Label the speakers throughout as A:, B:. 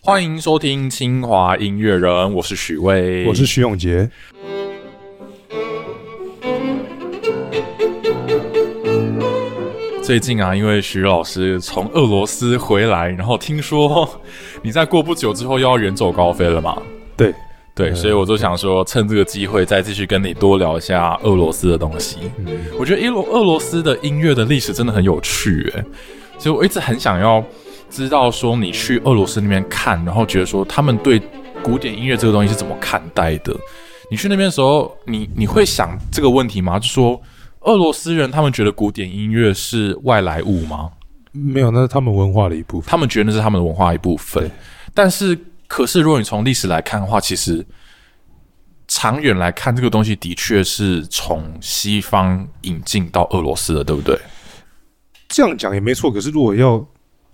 A: 欢迎收听清华音乐人，我是许巍，
B: 我是徐永杰。
A: 最近啊，因为徐老师从俄罗斯回来，然后听说你在过不久之后又要远走高飞了嘛？
B: 对，
A: 对，所以我就想说，趁这个机会再继续跟你多聊一下俄罗斯的东西。我觉得俄罗俄罗斯的音乐的历史真的很有趣、欸，所以我一直很想要知道说你去俄罗斯那边看，然后觉得说他们对古典音乐这个东西是怎么看待的。你去那边的时候，你你会想这个问题吗？就说俄罗斯人他们觉得古典音乐是外来物吗？
B: 没有，那是他们文化的一部分。
A: 他们觉得那是他们的文化一部分。但是，可是如果你从历史来看的话，其实长远来看，这个东西的确是从西方引进到俄罗斯的，对不对？
B: 这样讲也没错，可是如果要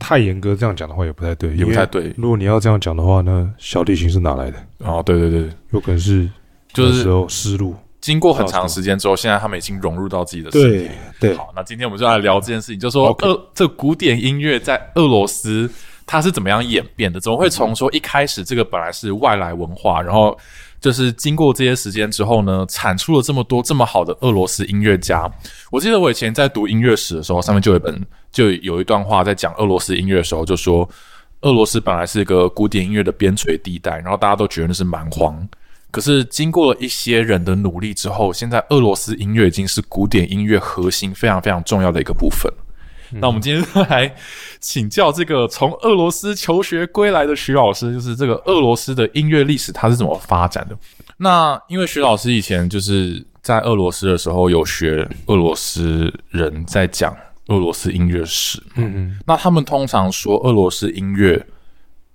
B: 太严格这样讲的话，也不太对，
A: 也不
B: 因为
A: 太对
B: 如果你要这样讲的话，那小提琴是哪来的？
A: 哦，对对对，
B: 有可能是
A: 就
B: 那时
A: 是
B: 候思路。
A: 经过很长时间之后，现在他们已经融入到自己的世界。
B: 对，
A: 好，那今天我们就来聊这件事情，就说
B: OK
A: 俄这古典音乐在俄罗斯它是怎么样演变的？怎么会从说一开始这个本来是外来文化，然后就是经过这些时间之后呢，产出了这么多这么好的俄罗斯音乐家？我记得我以前在读音乐史的时候，上面就有一本就有一段话在讲俄罗斯音乐的时候，就说俄罗斯本来是一个古典音乐的边陲地带，然后大家都觉得那是蛮荒。可是经过了一些人的努力之后，现在俄罗斯音乐已经是古典音乐核心非常非常重要的一个部分。那我们今天就来请教这个从俄罗斯求学归来的徐老师，就是这个俄罗斯的音乐历史它是怎么发展的？那因为徐老师以前就是在俄罗斯的时候有学俄罗斯人在讲俄罗斯音乐史，嗯嗯，那他们通常说俄罗斯音乐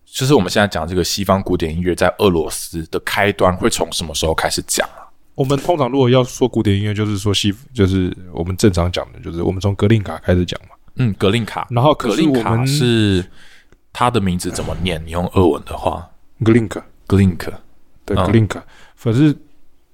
A: 就是我们现在讲这个西方古典音乐在俄罗斯的开端会从什么时候开始讲啊？
B: 我们通常如果要说古典音乐，就是说西，就是我们正常讲的，就是我们从格林卡开始讲嘛。
A: 嗯，格林卡，
B: 然后可
A: 格
B: 是
A: 林
B: 我
A: 卡
B: 们
A: 是他的名字怎么念？你用俄文的话
B: 格林卡，
A: 格林克，
B: 对
A: 嗯
B: 格林卡，反正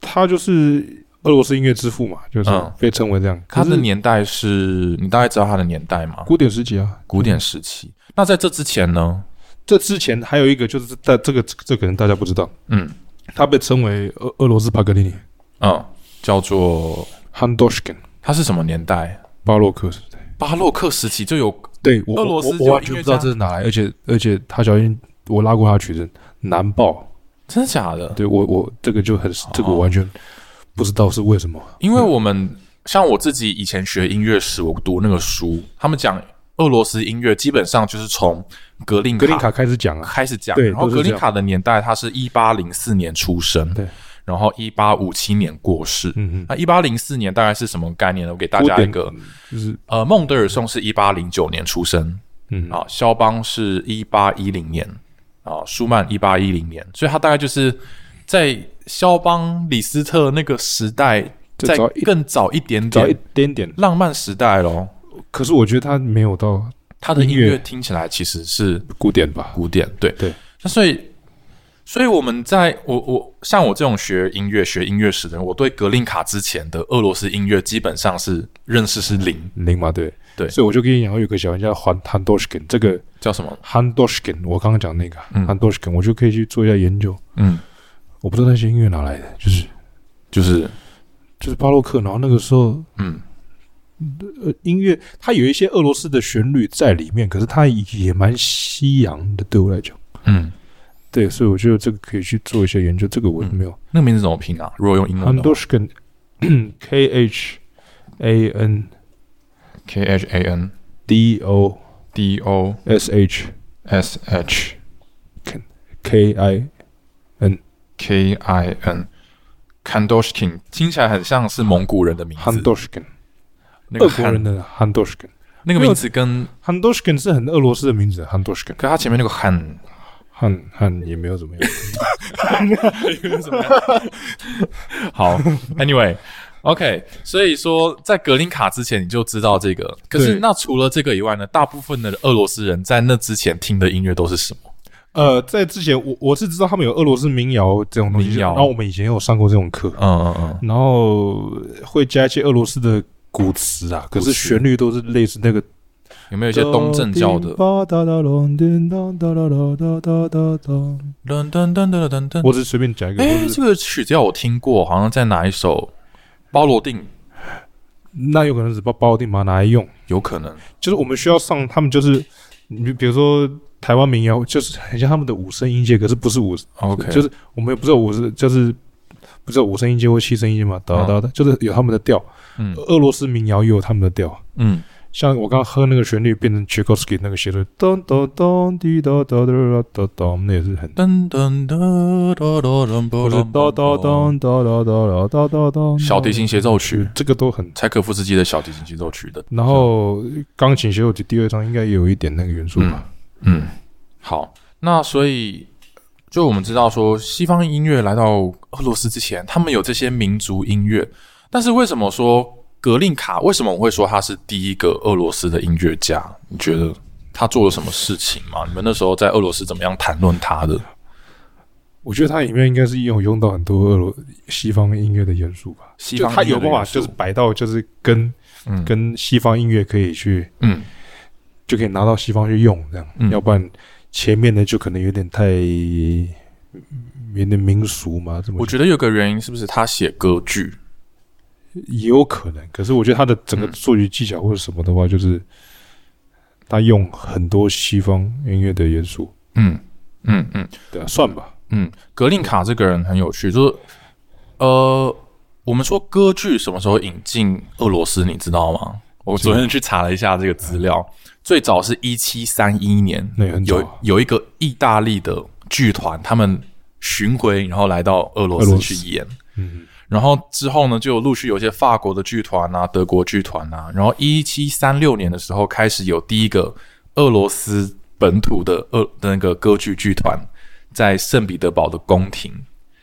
B: 他就是俄罗斯音乐之父嘛，就是
A: 嗯
B: 被称为这样。
A: 他
B: 可
A: 的
B: 是
A: 年代是你大概知道他的年代吗？
B: 古典时期啊，
A: 古典时期。那在这之前呢？
B: 这之前还有一个就是在这个这这可能大家不知道，
A: 嗯
B: 他被称为俄俄罗斯帕格尼尼
A: 嗯，叫做
B: （Handoshkin）
A: 他是什么年代？
B: 巴洛克时代。
A: 巴洛克时期就有
B: 对，我
A: 俄罗斯
B: 我
A: 就
B: 我
A: 有
B: 完
A: 音
B: 全
A: 乐
B: 不知道
A: 家
B: 这是哪来，而且而且他小心我拉过他的曲子难爆，
A: 真的假的？
B: 对我我这个就很
A: 哦
B: 这个我完全不知道是为什么。
A: 因为我们像我自己以前学音乐史，我读那个书，他们讲俄罗斯音乐基本上就是从格林
B: 格林卡开始讲啊，
A: 开始讲，
B: 对
A: 然后
B: 都是
A: 格林
B: 这样
A: 卡的年代，他是一八零四年出生，
B: 对，
A: 然后一八五七年过世。
B: 嗯嗯，
A: 那一八零四年大概是什么概念呢？我给大
B: 古
A: 家一
B: 典
A: 个，
B: 就是
A: 呃，孟德尔颂是一八零九年出生，
B: 嗯
A: 啊，肖邦是一八一零年，啊，舒曼一八一零年，所以他大概就是在肖邦、李斯特那个时代，
B: 再
A: 在
B: 早一
A: 更早一点
B: 早一
A: 点，
B: 点点，
A: 浪漫时代咯。
B: 可是我觉得他没有到
A: 他的音
B: 音乐
A: 乐听起来其实是
B: 古典吧。
A: 古典，对
B: 对。
A: 那所以，所以我们在我我像我这种学音乐、学音乐史的人，我对格林卡之前的俄罗斯音乐基本上是认识是零，
B: 零嘛，对
A: 对
B: 所以我就跟你讲，我有个小玩家韩 Handoshkin，这个
A: 叫什么？
B: Handoshkin，我刚刚讲那个
A: 嗯
B: Handoshkin，我就可以去做一下研究。
A: 嗯，
B: 我不知道那些音乐哪来的，就是
A: 就是
B: 就是巴洛克，然后那个时候
A: 嗯
B: 呃音乐，它有一些俄罗斯的旋律在里面，可是它也蛮西洋的，对我来讲，
A: 嗯，
B: 对，所以我觉得这个可以去做一些研究，这个我
A: 嗯
B: 没有。
A: 那个名字怎么拼啊？如果用英文的
B: Handoshkin K H A N
A: ，K H A N
B: D O
A: D O
B: S H
A: S H
B: K I，
A: K I N。Kandoshkin 听起来很像是蒙古人的名字，
B: Handoshkin，
A: 那
B: 俄
A: 个
B: 国人
A: 汉
B: 的 Handoshkin。
A: 那个名字跟，
B: Handoshkin 是很俄罗斯的名字，Handoshkin
A: 可他前面那个汉
B: 汉汉也没有怎么样。
A: 怎么样？好，Anyway，OK，、所以说在格林卡之前你就知道这个，可是
B: 对
A: 那除了这个以外呢，大部分的俄罗斯人在那之前听的音乐都是什么？
B: 呃，在之前我我是知道他们有俄罗斯民谣这种东西，
A: 民谣
B: 然后我们以前也有上过这种课，
A: 嗯嗯嗯，
B: 然后会加一些俄罗斯的古词啊，可
A: 古词
B: 是旋律都是类似那个
A: 有没有一些东正教的？噔噔噔噔噔噔。
B: 我只是随便讲一个，
A: 哎，
B: 或者
A: 这个曲调我听过，好像在哪一首《包罗定》
B: 那有可能只把包定把它拿来用。
A: 有可能。
B: 就是我们需要上他们，就是你比如说台湾民谣，就是很像他们的五声音阶，可是不是五，
A: OK，
B: 就是我们也不是有五声，就是不是有五声音阶或七声音阶嘛，哒哒哒，就是有他们的调。
A: 嗯
B: 俄罗斯民谣也有他们的调，
A: 嗯，
B: 像我刚刚喝那个旋律变成 Tchaikovsky 那个旋律，咚咚咚滴哒哒哒哒哒哒，那也是很。
A: 噔噔噔噔噔噔
B: 或者哒哒哒哒哒哒哒哒哒，
A: 小提琴协奏曲，
B: 这个都很。
A: 柴可夫斯基的小提琴协奏曲的。
B: 然后钢琴协奏曲第二章应该也有一点那个元素吧？
A: 嗯，好，那所以就我们知道说，西方音乐来到俄罗斯之前，他们有这些民族音乐，但是为什么说格林卡？为什么我会说他是第一个俄罗斯的音乐家？你觉得他做了什么事情吗？你们那时候在俄罗斯怎么样谈论他的？
B: 我觉得它里面应该是有用到很多俄罗西方音乐的元素吧。
A: 西
B: 就
A: 方
B: 它
A: 音乐
B: 有
A: 的
B: 办法
A: 元素
B: 就是摆到就是跟
A: 嗯
B: 跟西方音乐可以去
A: 嗯
B: 就可以拿到西方去用这
A: 嗯
B: 样，要不然前面的就可能有点太有点民俗嘛，这么
A: 我觉得有个原因是不是他写歌剧？
B: 也有可能。可是我觉得他的整个
A: 嗯
B: 作曲技巧或者什么的话，就是他用很多西方音乐的元素，
A: 嗯嗯嗯
B: 对啊，算吧。
A: 嗯，格林卡这个人很有趣，就是呃，我们说歌剧什么时候引进俄罗斯，你知道吗？我昨天去查了一下这个资料，最早是一七三一年，
B: 那也很早啊
A: 有有一个意大利的剧团，他们巡回然后来到俄罗
B: 俄
A: 斯
B: 罗斯
A: 去演，
B: 嗯，
A: 然后之后呢，就有陆续有一些法国的剧团啊、德国剧团啊，然后一七三六年的时候开始有第一个俄罗斯本土的俄的那个歌剧剧团在圣彼得堡的宫廷，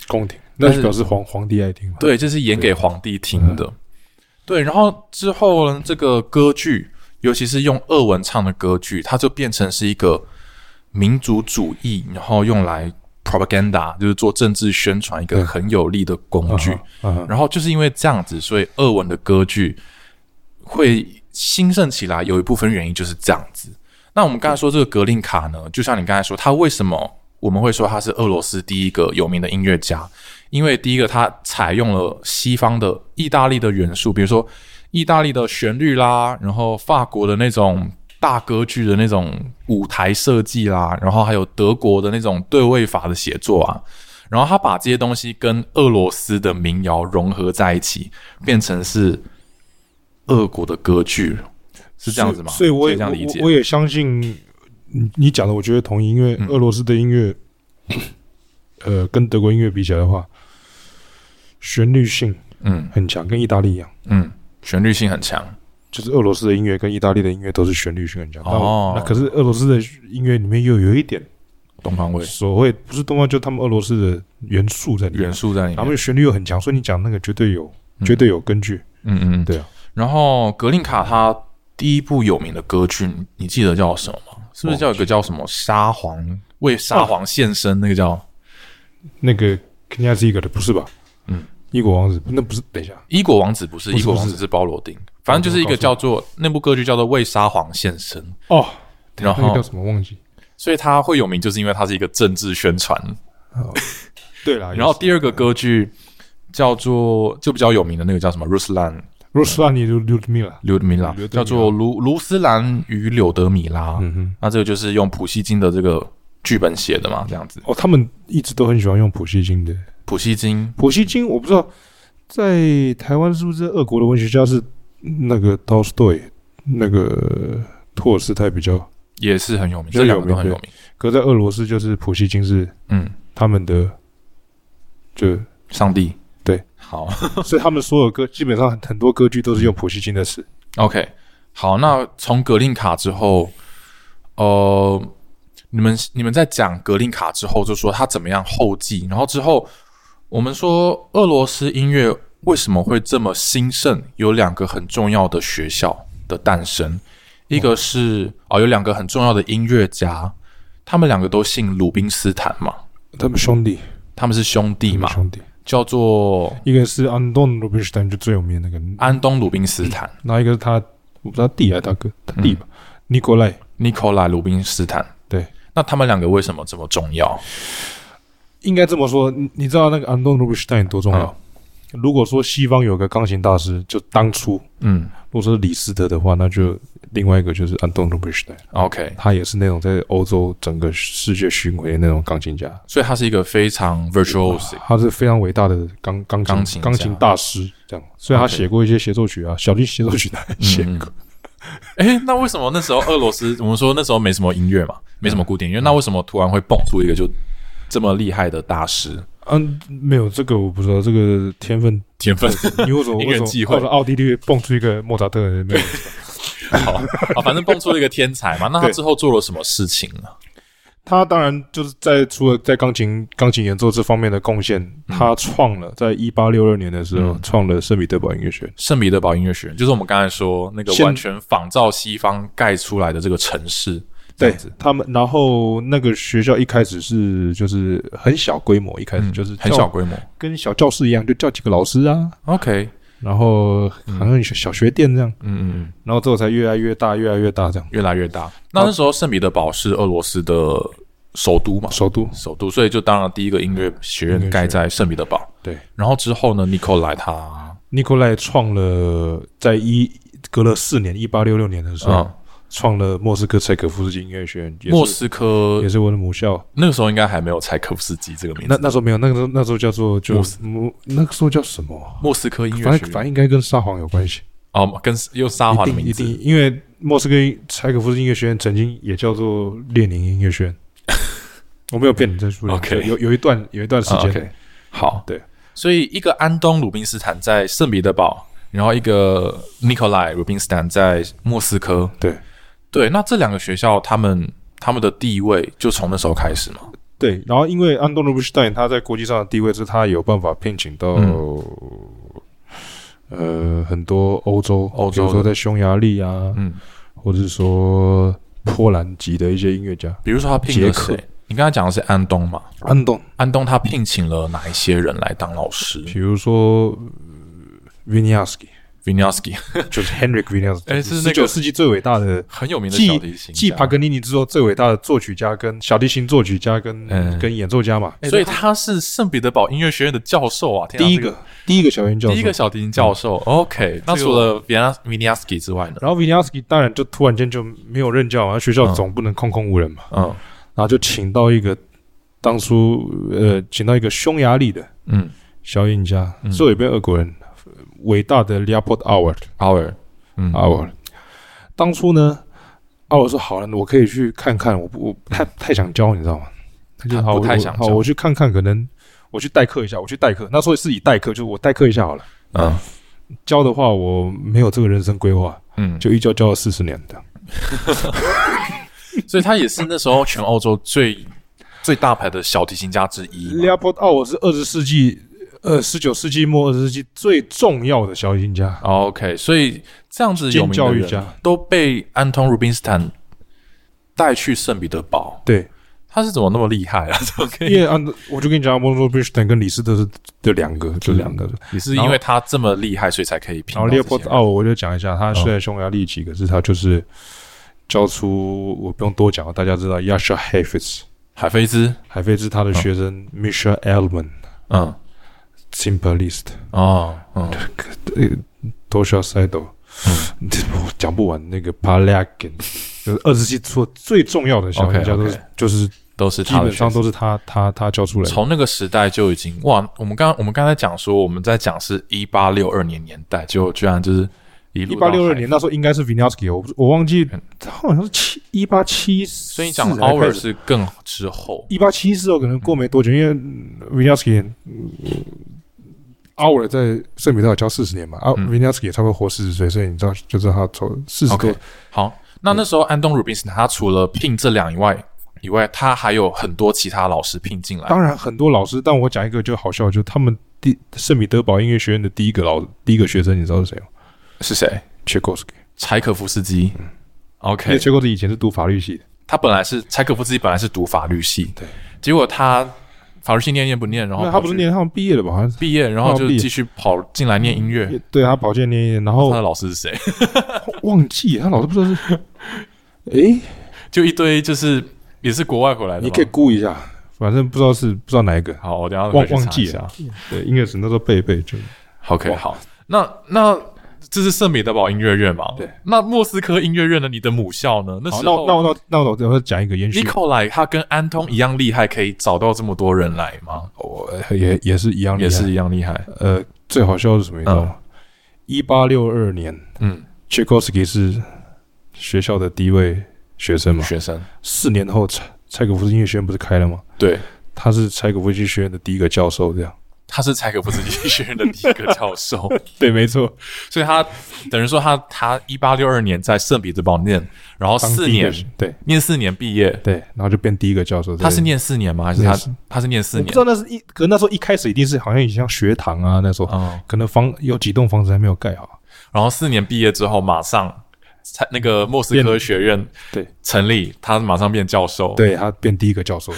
B: 宫廷那
A: 但是
B: 就表示皇皇帝爱听嘛。
A: 对，这是演给皇帝听的。对，然后之后呢，这个歌剧，尤其是用俄文唱的歌剧，它就变成是一个民族主义，然后用来 propaganda，就是做政治宣传一个
B: 对
A: 很有力的工
B: 啊
A: 具。
B: 哈，啊哈
A: 然后就是因为这样子，所以呃俄文的歌剧会兴盛起来，有一部分原因就是这样子。那我们刚才说这个格林卡呢，就像你刚才说，他为什么我们会说他是俄罗斯第一个有名的音乐家？因为第一个，他采用了西方的意大利的元素，比如说意大利的旋律啦，然后法国的那种大歌剧的那种舞台设计啦，然后还有德国的那种对位法的写作啊，然后他把这些东西跟俄罗斯的民谣融合在一起，变成是俄国的歌剧，是这样子吗？
B: 所以我也
A: 可这样理解
B: 我，我也相信你你讲的，我觉得同意，因为
A: 嗯
B: 俄罗斯的音乐，呃，跟德国音乐比起来的话，旋律性
A: 嗯
B: 很强，跟意大利一样。
A: 嗯，旋律性很强，
B: 就是俄罗斯的音乐跟意大利的音乐都是旋律性很强，但我
A: 哦
B: 那可是俄罗斯的音乐里面又有一点
A: 东方味
B: 所谓不是东方，就是他们俄罗斯的元素在里面
A: 元，素在里面。
B: 他们的旋律又很强，所以你讲那个绝对有，
A: 嗯
B: 绝对有根据。
A: 嗯嗯，嗯
B: 对啊。
A: 然后格林卡他第一部有名的歌剧，你你记得叫什么吗？是不是叫有个叫什么沙皇为沙皇献身那个叫
B: 那个 k n y a z i g 的不是吧？
A: 嗯，
B: 伊国王子那不是？等一下，
A: 伊国王子？不是，
B: 不
A: 伊
B: 是
A: 国王
B: 不
A: 子是包罗定，反正就是一个叫做那部歌剧叫做为沙皇献身，
B: 哦，
A: 然
B: 那个
A: 后
B: 叫什么忘记？
A: 所以它会有名，就是因为它是一个政治宣传。
B: 对啦，
A: 然后第二个歌剧叫做就比较有名的那个叫什么 Ruslan
B: 若斯兰尼就就灭了。
A: Ludmila，
B: 柳德米拉
A: 叫做卢卢斯兰与柳德米拉。
B: 嗯哼，
A: 那这个就是用普希金的这个剧本写的嘛，这样子。
B: 哦，他们一直都很喜欢用普希金的。
A: 普希金
B: 普希金我不知道在台湾是不是俄国的文学家是那个 Tolstoy 那个托尔斯泰比较，
A: 也是很有名，
B: 比较
A: 这两个都
B: 有名
A: 很有名。
B: 可在俄罗斯就是普希金是
A: 嗯，
B: 他们的， 就
A: 上帝
B: 对，
A: 好
B: 所以他们所有歌基本上很多歌剧都是用普希金的词。
A: ，OK，好。那从格林卡之后，呃，你们你们在讲格林卡之后，就说他怎么样后继，然后之后我们说俄罗斯音乐为什么会这么兴盛，有两个很重要的学校的诞生，一个是哦，有两个很重要的音乐家，他们两个都姓鲁宾斯坦嘛，
B: 他们兄弟，
A: 他们是兄弟
B: 他
A: 嘛
B: 们，兄弟，
A: 叫做
B: 一个是安东·罗宾斯坦，就最有名的那个，嗯
A: 安东·鲁宾斯坦。
B: 然后一个是他，我不知道他弟还是他哥，他弟吧，尼古赖，
A: 尼古拉·鲁宾斯坦。
B: 对，
A: 那他们两个为什么这么重要？
B: 应该这么说，你你知道那个安东·鲁布斯坦多重
A: 啊
B: 要？如果说西方有个钢琴大师，就当初
A: 嗯
B: 如果说李斯特的话，那就另外一个就是安东·鲁布斯坦，
A: ，OK，
B: 他也是那种在欧洲整个世界巡回的那种钢琴家，
A: 所以他是一个非常 virtuoso。
B: 他是非常伟大的钢钢
A: 钢
B: 琴
A: 琴家
B: 钢琴大师。这样，虽然他
A: OK
B: 写过一些协奏曲啊，小提琴协奏曲他也写
A: 嗯
B: 过，
A: 哎，那为什么那时候俄罗斯，我们说那时候没什么音乐嘛，没什么古典
B: 嗯
A: 音乐，那为什么突然会蹦出一个就这么厉害的大师？
B: 嗯，没有这个我不知道，这个天分，
A: 天分
B: 你为什 么
A: 因
B: 为
A: 缘
B: 什么
A: 际会
B: 为什么奥地利蹦出一个莫扎特？没有，
A: 好啊，反正蹦出了一个天才嘛。那他
B: 对
A: 之后做了什么事情呢？
B: 他当然就是在除了在钢琴钢琴演奏这方面的贡献，他创了在一八六六年的时候、
A: 嗯
B: 创了圣彼得堡音乐学院。
A: 圣彼得堡音乐学院，就是我们刚才说那个
B: 现
A: 完全仿照西方盖出来的这个城市，这
B: 对
A: 样子
B: 他们，然后那个学校一开始是就是很小规模，一开始
A: 嗯，
B: 就是
A: 很
B: 叫
A: 小，规模。
B: 跟小教室一样，就叫几个老师啊，
A: OK，
B: 然后好像小小学店这样，
A: 嗯嗯嗯，
B: 然后之后才越来越大，越来越大这样。
A: 越来越大。那那时候圣彼得堡是俄罗斯的首都嘛，
B: 首都
A: 首都，所以就当然第一个音乐学
B: 音乐学
A: 院
B: 院
A: 盖在圣彼得堡。
B: 对，
A: 然后之后呢，尼寇莱他，
B: 尼古赖创了在一隔了四年，一八六六年的时候、
A: 嗯，
B: 创了莫斯科柴可夫斯基音乐学院，也是
A: 莫斯科
B: 也是我的母校。
A: 那个时候应该还没有柴可夫斯基这个名
B: 那
A: 字，
B: 那时候没有，那个时候那时候叫做就
A: 莫
B: 莫那个时候叫什么啊？
A: 莫斯科音乐
B: 反
A: 学
B: 正
A: 院
B: 反正应该跟沙皇有关系，
A: 哦，跟用沙
B: 一
A: 皇的
B: 定
A: 名
B: 一
A: 字
B: 定，因为莫斯科柴可夫斯基音乐学院曾经也叫做列宁音乐学 院。我没有骗你这数量
A: OK
B: 有有一段有一段时
A: 啊
B: 间、
A: ，OK 好，
B: 对，
A: 所以一个安东·鲁宾斯坦在圣彼得堡，然后一个 Nikolai Rubinstein 在莫斯科，
B: 对
A: 对，那这两个学校他们他们的地位就从那时候开始嘛，
B: 对，然后因为安东尼布斯坦他在国际上的地位是，他有办法聘请到、
A: 嗯
B: 呃很多欧洲，
A: 欧洲
B: 比如说在匈牙利啊，
A: 嗯，
B: 或者是说波兰籍的一些音乐家。
A: 比如说他聘了
B: 捷克
A: 谁？你刚才讲的是安东嘛？
B: 安东，
A: 安东他聘请了哪一些人来当老师
B: 比如说、v i n y a s k y
A: v i n y a s k y
B: 就是 Henrik v i n y a s k
A: 哎
B: y
A: 是那个
B: 19世纪最伟大的。
A: 很有名的
B: 继
A: 小提琴家，
B: 继帕格尼尼之后，最伟大的作曲家、跟小提琴作曲家、跟、
A: 嗯
B: 跟演奏家嘛，
A: 所以他是圣彼得堡音乐学院的教授啊，天啊
B: 哎第一
A: 这
B: 个、第一个小圆教授，嗯
A: 第一个小提琴教授。OK，那除了 v i n a v i n y a s k y 之外呢？
B: 然后 v i n y a s k y 当然就突然间就没有任教嘛，学校总不能空空无人嘛，
A: 嗯
B: 然后就请到一个当初呃，请到一个匈牙利的
A: 嗯
B: 小音家
A: 嗯，
B: 最后一边俄国人，呃伟大的 Leopold Auer
A: ，Hour，嗯
B: Auer。当初呢，奥尔说好了，我可以去看看，我不我不太太想教，你知道吗？嗯他就
A: 他
B: 好
A: 不太
B: 我
A: 想
B: 好，
A: 教
B: 我去看看，可能我去代课一下，我去代课。那时候是以代课，就是我代课一下好了。
A: 嗯
B: 教的话，我没有这个人生规划，
A: 嗯，
B: 就一教教了四十年的。
A: 所以他也是那时候全欧洲最最大牌的小提琴家之一嘛。
B: Leopold Auer 是二十世纪呃十九世纪末二十世纪最重要的小提琴家，
A: OK，所以这样子有
B: 兼
A: 名
B: 教
A: 的
B: 育
A: 人
B: 家。
A: 都被安东·鲁宾斯坦带去圣彼得堡，
B: 对，
A: 他是怎么那么厉害啊？ 怎么可
B: 因
A: 以？
B: 为按我就跟你讲，蒙罗布什坦跟李斯特是这两个，就两个。
A: 也是因为他这么厉害，所以才可以拼到
B: 然后
A: 这些人。
B: Leopold 哦 Auer 我就讲一下，
A: 嗯
B: 他是在匈牙利籍，可是他就是教出我不用多讲了，大家知道 Yasha Heifetz，
A: 海飞兹，
B: 海菲兹他的学生 Misha Elman。
A: 嗯，
B: Simplist，
A: 哦，嗯，
B: 呃，Tosha Saido，我 讲不完。那个 Palagan，就是二十世纪初最重要的小提琴家，都是
A: OK，OK
B: 就是
A: 都是
B: 基
A: 他的
B: 本
A: 学
B: 上
A: 生
B: 都是他他他教出来的。
A: 从那个时代就已经哇，我们刚我们刚才讲说我们在讲是一八六二年年代，结果居然就是一
B: 一
A: 路
B: 八
A: 到
B: 六二
A: 海
B: 年，那时候应该是 v i n y a s k y 我不是我忘记
A: 嗯，
B: 他好像是七一八七，
A: 所
B: 所
A: 以你讲 hour 是更之后，
B: 一八七四，可能过没多久，因为嗯 v i n y a s k y Hour 嗯在圣彼得堡教四十年嘛，啊 v
A: 嗯
B: i n y a s k y 也差不多活四十岁，所以你知道就知道他从四十
A: OK，
B: 多，
A: 好，那那时候安东·鲁宾斯坦他除了聘这两以外以外，他还有很多其他老师聘进来。
B: 当然很多老师，但我讲一个就好笑，就他们第圣彼得堡音乐学院的第一个老第一个学生，你知道是谁吗
A: 是谁？
B: ？Tchaikovsky，
A: 柴可夫斯基。
B: 因为
A: OK，
B: Tchaikovsky 以前是读法律系的，
A: 他本来是柴可夫斯基本来是读法律系，
B: 对，
A: 结果他法律系念念不念，然后
B: 那他不是
A: 跑去
B: 念他们毕业的吧？好像是
A: 毕业，然后就
B: 他毕业哦
A: 继续跑进来念音乐。
B: 对他保健念一念，然
A: 他
B: 后
A: 的老师是谁？
B: 忘记他老是不知道是诶，
A: 就一堆就是也是国外回来的
B: 哎你
A: 嘛。
B: 可以估一下，反正不知道是不知道哪一个，
A: 好，我等一下
B: 忘
A: 回去
B: 忘
A: 查一
B: 记
A: 下
B: 了。对，音乐史那时候背一背就
A: OK，
B: 哇
A: 好，那那这是圣彼得堡音乐院嘛？
B: 对。
A: 那莫斯科音乐院呢？你的母校呢？那
B: 好。
A: 时
B: 那我
A: 候
B: 那我那我那我等会讲一个延续
A: n i，c o l a 他跟安通一样厉害，可以找到这么多人来吗？
B: 我哦也也是一样厉害，
A: 也是一样厉害。
B: 呃，最好笑的是什么？你知道吗？一八六二年
A: 嗯，
B: ，Tchaikovsky 是学校的第一位学生嘛。
A: 学生
B: 四年后，柴柴可夫斯基音乐学院不是开了吗？
A: 对，
B: 他是柴可夫斯基学院的第一个教授，这样。
A: 他是柴可夫斯基学院的第一个教 授，
B: 对，没错。
A: 所以他等于说他他一八六二年在圣彼得堡念，然后
B: 当
A: 四
B: 第一个
A: 年
B: 是对
A: 念四年毕业。
B: 对，然后就变第一个教授。
A: 他是
B: 对
A: 念四年吗？还是他
B: 念四
A: 他是念四
B: 我
A: 年
B: 不知？道那是一，可那时候一开始一定是好像像学堂啊，那时候、
A: 嗯，
B: 可能房有几栋房子还没有盖好。
A: 然后四年毕业之后，马上才那个莫斯科
B: 变
A: 学院
B: 对
A: 成立，他马上变教授。
B: 对他变第一个教授，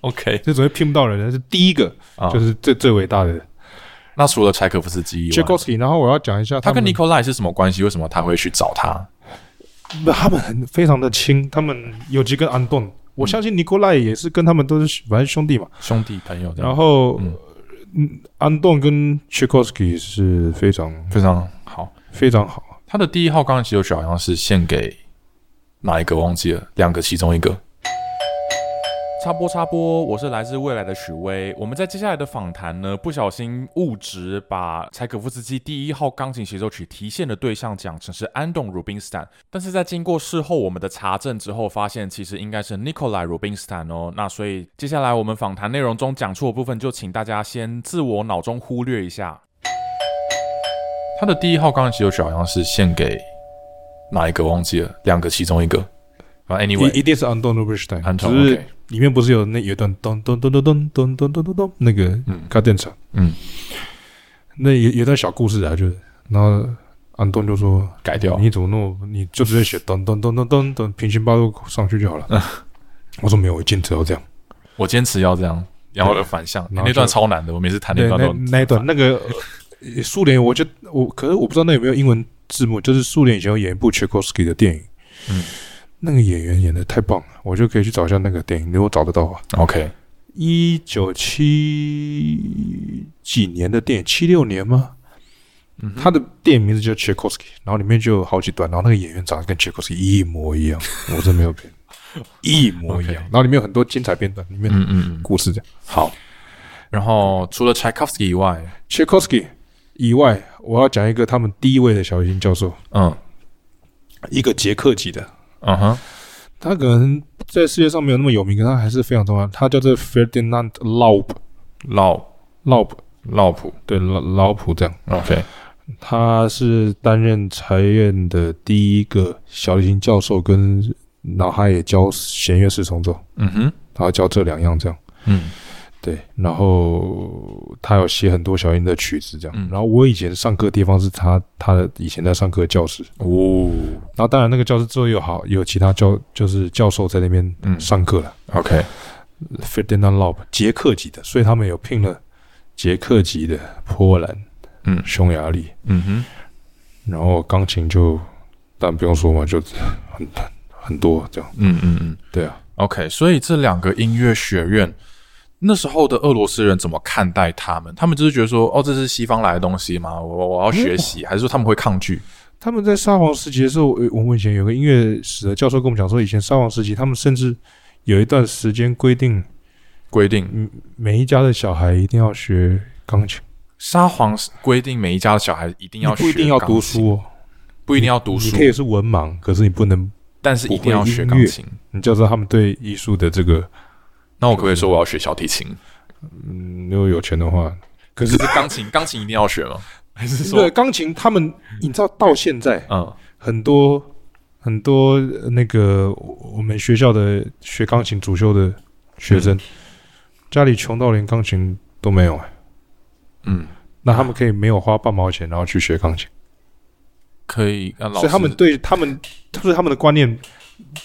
A: ，OK
B: 这总是骗不到人，他是第一个，
A: 啊，
B: 就是最最伟大的
A: 那除了柴可夫斯基以外，
B: Tchaikovsky。然后我要讲一下
A: 他跟
B: 们
A: Nikolai 是什么关系？为什么他会去找他？
B: 不，他们很非常的亲，他们有几个安顿，我相信尼古拉也是跟他们都是反正兄弟嘛。
A: 兄弟朋友这样，
B: 然后
A: 嗯，
B: 嗯，安顿跟 Tchaikovsky 是非常
A: 非常好。
B: 非常好，
A: 他的第一号钢琴协奏曲好像是献给哪一个忘记了，两个其中一个。插播插播，我是来自未来的许巍。我们在接下来的访谈呢，不小心误植把柴可夫斯基第一号钢琴协奏曲提现的对象讲成是安东·鲁宾斯坦，但是在经过事后我们的查证之后，发现其实应该是 Nikolai Rubinstein 哦。那所以接下来我们访谈内容中讲错的部分，就请大家先自我脑中忽略一下。他的第一号钢琴协奏曲好像是献给哪一个忘记了，两个其中一个。反正 anyway，
B: 一一定是安顿 Rubinstein，
A: Anton，
B: 只是
A: OK
B: 里面不是有那有一段咚咚咚咚咚咚咚咚咚咚那个
A: 嗯
B: 卡电厂，
A: 嗯，
B: 那有有一段小故事啊，就是然后安东就说
A: 改掉。
B: 你怎么那么你就直接写咚咚咚咚咚咚平行八度上去就好了。我说没有，我坚持要这样。
A: 我坚持要这样，然后反向。
B: 然后
A: 那
B: 就
A: 段超难的，我每次弹那
B: 对，
A: 段
B: 那
A: 都
B: 那一段那个呃苏联，我就我可是我不知道那有没有英文字幕，就是苏联以前有演一部 Tchaikovsky 的电影，
A: 嗯，
B: 那个演员演的太棒了，我就可以去找一下那个电影，如果找得到的话。
A: OK。
B: 一九七几年的电影，七六年吗？
A: 嗯哼
B: 他的电影名字叫 Tchaikovsky，然后里面就有好几段，然后那个演员长得跟 Tchaikovsky 一模 一样，我真没有骗，一模一样。
A: OK
B: 然后里面有很多精彩片段，里面
A: 嗯嗯嗯，
B: 故事这样。
A: 好。然后除了 Tchaikovsky 以外，
B: Tchaikovsky 以外，我要讲一个他们第一位的小提琴教授，
A: 嗯
B: 一个捷克籍的，
A: 嗯哼，
B: 他可能在世界上没有那么有名，可他还是非常重要。他叫做 Ferdinand Laub
A: 老
B: Laub，
A: 老谱
B: 对老老普这样。
A: OK。
B: 他是担任财院的第一个小提琴教授跟，然后他也教弦乐四重奏，
A: 嗯哼，
B: 他教这两样这样。
A: 嗯
B: 对，然后他有写很多小提琴的曲子这样。
A: 嗯
B: 然后我以前上课的地方是他他的以前在上课的教室，
A: 哦
B: 然后当然那个教室之后有好有其他教就是教授在那边
A: 嗯
B: 上课了、
A: OK。
B: f e r d i n a n d Laub 捷克籍的，所以他们有聘了捷克籍的、波兰、
A: 嗯
B: 匈牙利，
A: 嗯哼，
B: 然后钢琴就但不用说嘛，就很很多这样。
A: 嗯嗯嗯
B: 对啊，
A: OK。所以这两个音乐学院。那时候的俄罗斯人怎么看待他们？他们就是觉得说，哦，这是西方来的东西吗？我我我要学
B: 嗯
A: 习，还是说他们会抗拒？
B: 他们在沙皇时期的时候，呃我们以前有个音乐史的教授跟我们讲说，以前沙皇时期他们甚至有一段时间规定，
A: 规定
B: 嗯，每一家的小孩一定要学钢琴，
A: 沙皇是规定每一家的小孩一定要
B: 你不一
A: 学
B: 定要
A: 钢
B: 读
A: 琴，
B: 书、哦，
A: 不一定要读书
B: 你，可以是文盲，可是你不能，
A: 但是一定要学
B: 不
A: 钢
B: 会音乐
A: 琴。
B: 你就知道他们对艺术的这个，
A: 那我可不可以说我要学小提琴？
B: 嗯，如果有钱的话，可
A: 可
B: 是
A: 是钢琴，钢琴一定要学 吗？嗯还是
B: 对
A: 说，
B: 钢琴，他们你知道到现在，
A: 嗯
B: 很多很多呃那个我我们学校的学钢琴主修的学生，家里穷到连钢琴都没有、哎，
A: 嗯，
B: 那他们可以没有花半毛钱，然后去学钢琴，
A: 可以？那老
B: 所
A: 师
B: 以他们对他们就是他们的观念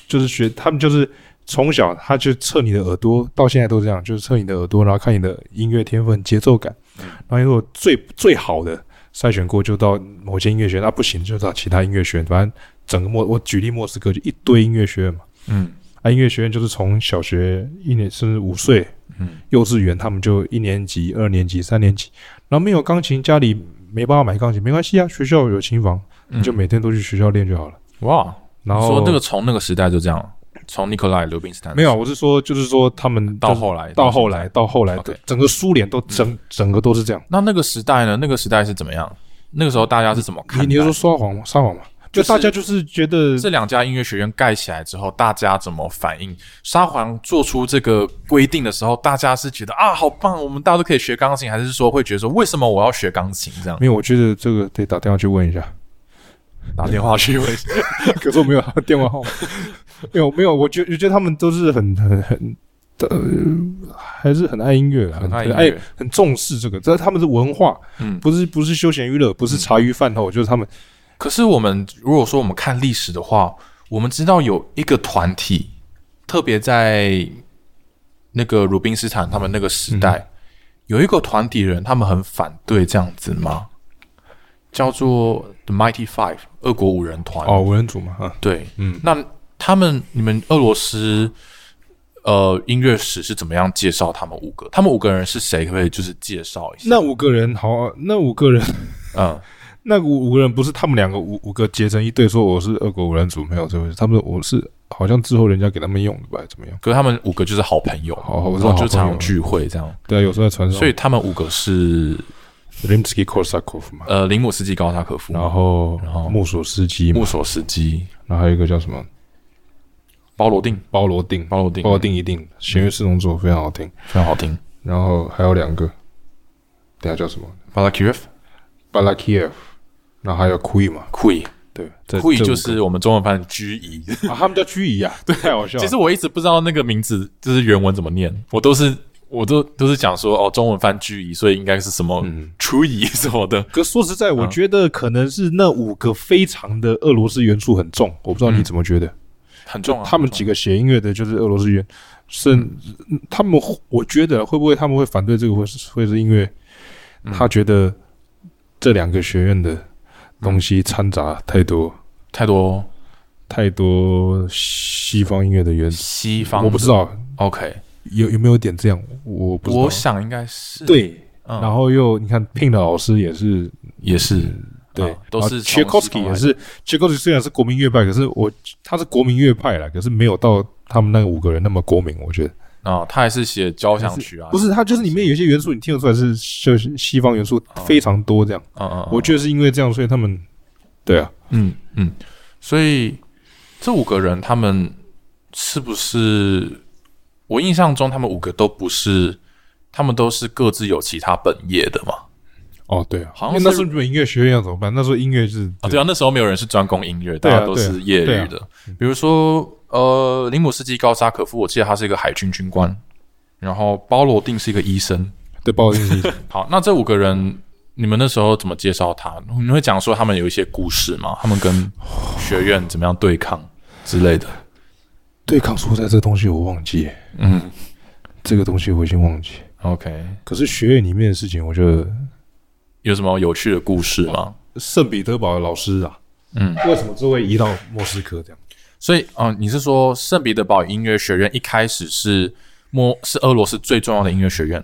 B: 就是学，他们就是从小他就测你的耳朵，到现在都这样，就是测你的耳朵，然后看你的音乐天分、节奏感，
A: 嗯
B: 然后如果最最好的筛选过，就到某间音乐学院，那、不行就到其他音乐学院，反正整个莫我举例莫斯科就一堆音乐学院嘛，
A: 嗯
B: 啊，音乐学院就是从小学一年甚至五岁，
A: 嗯
B: 幼稚园他们就一年级、二年级、三年级，然后没有钢琴，家里没办法买钢琴，没关系啊，学校有琴房，
A: 嗯，
B: 就每天都去学校练就好了。
A: 哇，
B: 然后
A: 说那个从那个时代就这样了，从尼克莱刘宾斯坦
B: 没有，我是说，就是说他们
A: 到
B: 就是
A: 后来
B: 到后来
A: 现在
B: 到后来
A: OK 嗯
B: 整个苏联都整整个都是这样。
A: 那那个时代呢？那个时代是怎么样？那个时候大家是怎么看
B: 你
A: 待？
B: 你是说说谎吗？撒谎吗？就
A: 就是
B: 大家就是觉得
A: 这两家音乐学院盖起来之后，大家怎么反应？沙皇做出这个规定的时候，大家是觉得啊，好棒，我们大家都可以学钢琴，还是说会觉得说，为什么我要学钢琴？这样
B: 没有，我觉得这个得打电话去问一下。
A: 打电话去问，
B: 可是我没有他的电话号码， 没有没有，我觉我觉得他们都是很很很呃，还是很爱音乐的，很
A: 很爱音
B: 爱
A: 乐
B: 很重视这个，这他们的文化，
A: 嗯。
B: 不是不是休闲娱乐，不是茶余饭后，就是他们
A: 可是我们如果说我们看历史的话，我们知道有一个团体，特别在那个鲁宾斯坦他们那个时代，
B: 嗯
A: 有一个团体人，他们很反对这样子吗？叫做 The Mighty Five，俄国五人团。
B: 哦，文人组嘛，啊，
A: 对，
B: 嗯
A: 那他们你们俄罗斯呃音乐史是怎么样介绍他们五个？他们五个人是谁？可不可以就是介绍一下？
B: 那五个人好，啊那五个人，
A: 嗯，
B: 那五五个人不是他们两个五五个结成一队，说我是俄国五人组，没有，这是他们我是好像之后人家给他们用的吧，怎么样？
A: 可是他们五个就是好朋友，
B: 好好我知
A: 然
B: 道
A: 哦后就
B: 哦好朋
A: 常
B: 友
A: 常聚会这样。
B: 对啊，有时候在船上，
A: 所以他们五个是
B: Rimsky Korsakov 嘛，
A: 呃，林姆斯基、高塔可夫、
B: 然后
A: 然后
B: 墨索斯基嘛
A: 穆，索斯基、
B: 然后还有一个叫什么
A: 包罗定、
B: 包罗定，
A: 包罗定、
B: 包罗定一定弦乐四重奏非常好听，
A: 非常好听。
B: 然后还有两个，等一下叫什么
A: 巴拉奇耶夫、
B: 巴拉基耶夫，然后还有库伊嘛，
A: 库伊，
B: 对，这
A: 库伊
B: 这五
A: 就
B: 个
A: 是我们中文翻译居伊。
B: 啊，他们叫居夷啊， 对，太好笑了。
A: 其实我一直不知道那个名字就是原文怎么念，我都是我都都是讲说哦，中文翻居夷，所以应该是什么
B: 嗯
A: 厨夷 什么的。
B: 可说实在，我觉得可能是那五个非常的俄罗斯元素很重，我不知道你怎么觉得。
A: 很重啊。
B: 他们几个写音乐的，就是俄罗斯元，是、他们，我觉得会不会他们会反对这个，会是会是因为他觉得这两个学院的东西掺杂太多
A: 太多
B: 太多西方音乐的元素，
A: 西方，
B: 我不知。道
A: OK，
B: 有有没有点这样，我不知道
A: 我。想应该是，
B: 对，
A: 嗯
B: 然后又你看聘的老师也是
A: 也是
B: 对
A: 啊，都是从西方
B: Tchaikovsky 也是 Tchaikovsky 虽然是国民乐派，可是我他是国民乐派啦，可是没有到他们那五个人那么国民，我觉得
A: 啊，他还是写交响曲啊，
B: 不是，他就是里面有些元素你听得出来是就是西方元素
A: 啊
B: 非常多这样，
A: 嗯嗯，
B: 我觉得是因为这样，所以他们对啊，
A: 嗯，嗯，所以这五个人他们是不是？我印象中他们五个都不是，他们都是各自有其他本业的嘛？
B: 哦对啊，
A: 好
B: 因
A: 像是
B: 为那时候没有音乐学院要怎么办？那时候音乐是
A: 啊，对啊，那时候没有人是专攻音乐，大
B: 对啊
A: 家都是业余的。比如说，呃，林姆斯基高沙可夫，我记得他是一个海军军官，然后包罗定是一个医生。
B: 对报应是
A: 好，那这五个人，你们那时候怎么介绍他？你们会讲说他们有一些故事吗？他们跟学院怎么样对抗之类的？
B: 对抗说在这东西我忘记，
A: 嗯
B: 这个东西我已经忘记。
A: ，OK。
B: 可是学院里面的事情，我觉得
A: 有什么有趣的故事吗？
B: 圣彼得堡的老师啊，
A: 嗯，
B: 为什么这会移到莫斯科这样？
A: 所以，嗯、你是说圣彼得堡音乐学院一开始是莫是俄罗斯最重要的音乐学院，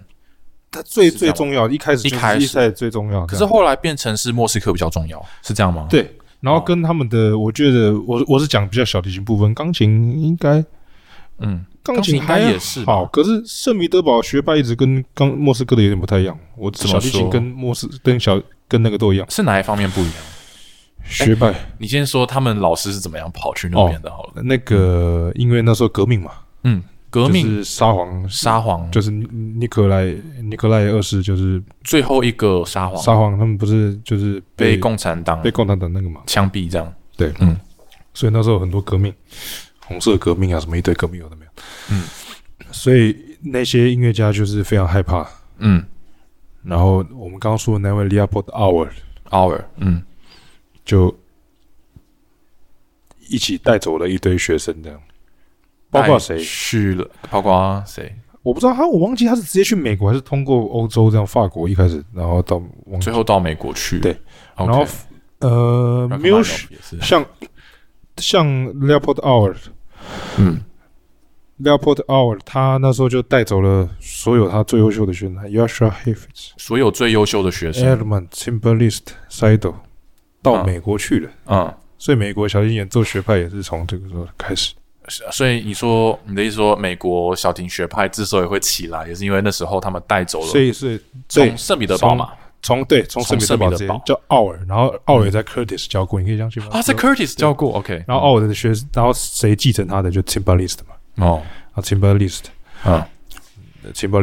B: 它最
A: 这
B: 最
A: 样吗
B: 重要，一开始就是
A: 一开始
B: 一开始最重要。
A: 可
B: 这
A: 是
B: 样
A: 后来变成是莫斯科比较重要，是这样吗？，
B: 对，然后跟他们的，我觉得我我是讲比较小提琴部分，钢琴应该
A: 嗯，
B: 钢
A: 琴
B: 琴
A: 应该
B: 还
A: 也是吧
B: 好，可是圣彼得堡学派一直跟刚莫斯科的有点不太一样。我
A: 么
B: 小提琴
A: 说
B: 跟莫斯跟小跟那个都一样，
A: 是哪一方面不一样？
B: 学派
A: 你先说他们老师是怎么样跑去那边的，好了。
B: 那个因为那时候革命嘛，
A: 嗯，革
B: 就
A: 命、
B: 是沙皇
A: 沙皇，
B: 就是尼克莱尼克莱二世就是
A: 最后一个沙皇
B: 沙皇，他们不是就是
A: 哦被
B: 共
A: 共产党
B: 被共产党那个嘛，
A: 枪毙，这样。
B: 所以那时候有很多革命，红色革命啊，什么一堆革命有的没有。
A: 嗯，
B: 所以那些音乐家就是非常害怕。
A: 嗯
B: 然后我们刚刚说的那位 Leopold Hour
A: ，hour，嗯，
B: 就一起带走了一堆学生，这样，包括谁
A: 带去了？包括谁？
B: 我不知道他，我忘记他是直接去美国还是通过欧洲这样法国一开始，然后到忘记
A: 最后到美国去。
B: 对
A: OK，
B: 然后呃
A: Rachmaninoff
B: 没有选
A: 也是
B: 像像 Leopold Hour
A: 嗯
B: Leopold Hour，他那时候就带走了所有他最优秀的选手 y a s h a h i f i z
A: 所有最优秀的学
B: e
A: 生，
B: l m a n Timberlist、Sido
A: 啊
B: 到美国去了，
A: 嗯，
B: 所以美国小提琴演奏学派也是从这个时候开始。
A: 所以你说你的意思说，美国小提琴学派之所以会起来，也是因为那时候他们带走
B: 所
A: 了
B: 以是对
A: 从圣彼得堡嘛
B: 从对从圣
A: 从
B: 彼得堡
A: 圣彼得
B: 直接
A: 堡
B: 叫奥尔，然后奥尔在 Curtis 教过，你可以这样去吗？
A: 啊，在 Curtis 教过，OK，
B: 然后奥尔的学，然后谁继承他的就 Timberlist 嘛，
A: 哦，
B: 啊 Timberlist，Timberlist
A: 嗯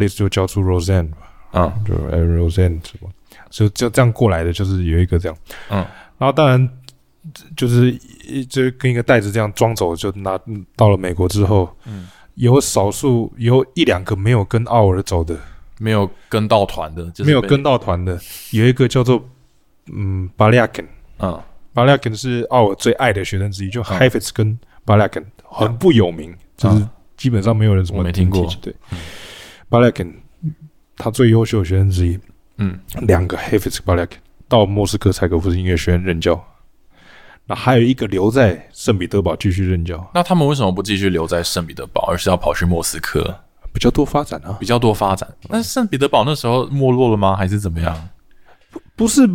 B: 就教出 Roseanne 嘛，
A: 嗯
B: 就 Aaron Roseanne 什么，就就这样过来的，就是有一个这样，
A: 嗯，
B: 然后当然就是一就跟一个袋子这样装走，就拿到了美国之后，
A: 嗯，
B: 有少数有一两个没有跟奥尔走的，
A: 没有跟到团的，就是
B: 没有
A: 被
B: 跟到团的，有一个叫做嗯巴利亚肯。
A: 嗯
B: 巴拉肯是奥尔最爱的学生之一，就 h
A: 嗯
B: i f i t z 跟巴拉肯很不有名，就是基本上没有人什
A: 啊
B: 么
A: 我没听过嗯
B: 提起对，巴拉肯他最优秀的学生之一，
A: 嗯
B: 两个 h i f i t z 巴拉肯到莫斯科柴可夫斯基音乐学院任教，那还有一个留在圣彼得堡继续任教，
A: 那他们为什么不继续留在圣彼得堡，而是要跑去莫斯科
B: 比较多发展啊。
A: 比较多发展？那圣彼得堡那时候没落了吗？还是怎么样？
B: 不是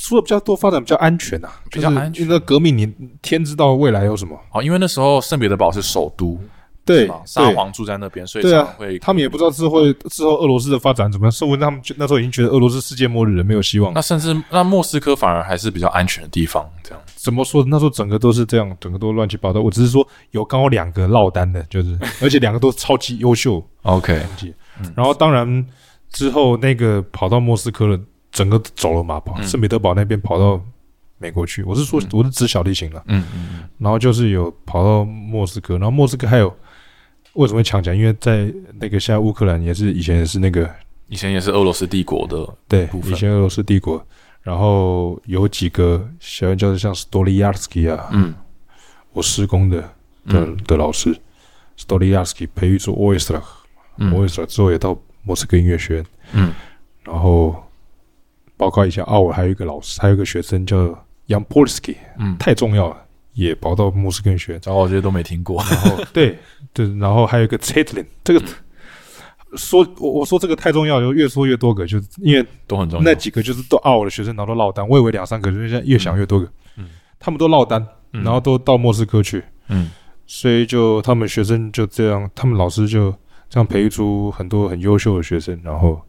B: 说比较多发展比较安全啊，
A: 比较安全
B: 就是因为革命你天知道未来有什么。
A: 哦，因为那时候圣彼得堡是首都，
B: 对
A: 是吧，沙
B: 对
A: 皇住在那边，所以
B: 对
A: 才
B: 啊
A: 会，
B: 他们也不知道之后之后俄罗斯的发展怎么样，说不定他们就那时候已经觉得俄罗斯世界末日了，没有希望。
A: 那甚至那莫斯科反而还是比较安全的地方，这样。
B: 怎么说？那时候整个都是这样，整个都乱七八糟。我只是说有刚好两个落单的，就是而且两个都超级优秀。
A: OK，
B: 然后当然之后那个跑到莫斯科了，整个走了嘛，跑圣彼得堡那边跑到美国去。我是说，我是指小提琴了。
A: 嗯嗯
B: 然后就是有跑到莫斯科，然后莫斯科还有为什么会抢起来？因为在那个现在乌克兰也是以前也是那个
A: 以前也是俄罗斯帝国的，
B: 对
A: 部，分
B: 以前俄罗斯帝国，然后有几个小人就是像 Stolyarsky 啊，
A: 嗯
B: 我师公的的、的老师 Stolyarsky 培育出 o e s t r a
A: 嗯
B: o e s t r a 之后也到莫斯科音乐学院，
A: 嗯
B: 然后包括以前奥尔还有一个老师，还有一个学生叫 Jan Polsky，
A: 嗯，
B: 太重要了，也跑到莫斯科音乐学院。
A: 糟糕，这些都没听过。
B: 然后对对，然后还有一个 Tatlin，这
A: 嗯
B: 个、说我我说这个太重要，就越说越多个，就是因为。
A: 都很重要
B: 那。几个就是都澳我的学生，然后都落单。我以为两三个，就是现在越想越多个。
A: 嗯
B: 他们都落单，
A: 嗯
B: 然后都到莫斯科去，
A: 嗯
B: 所以就他们学生就这样，他们老师就这样培育出很多很优秀的学生，然后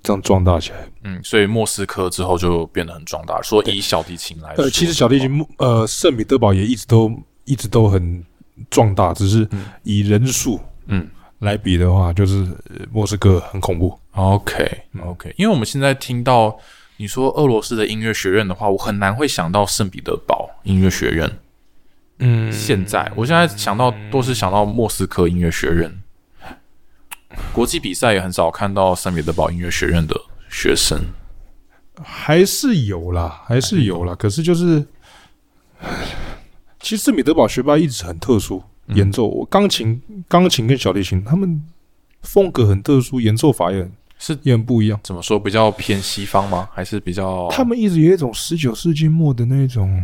B: 这样壮大起来。
A: 嗯，所以莫斯科之后就变得很壮大。说以小提琴来说，
B: 呃，其实小提琴，呃，圣彼得堡也一直都一直都很壮大，只是
A: 嗯
B: 以人数
A: 嗯
B: 来比的话，就是呃莫斯科很恐怖。
A: ，OK
B: 嗯
A: OK，因为我们现在听到你说俄罗斯的音乐学院的话，我很难会想到圣彼得堡音乐学院。
B: 嗯
A: 现在我现在想到都是想到莫斯科音乐学院，国际比赛也很少看到圣彼得堡音乐学院的学生。
B: 还是有啦，还是有啦。可是就是，其实圣彼得堡学霸一直很特殊，
A: 嗯
B: 演奏我钢琴、钢琴跟小提琴，他们风格很特殊，演奏法也很
A: 是
B: 也很不一样。
A: 怎么说比较偏西方吗？还是比较
B: 他们一直有一种十九世纪末的那种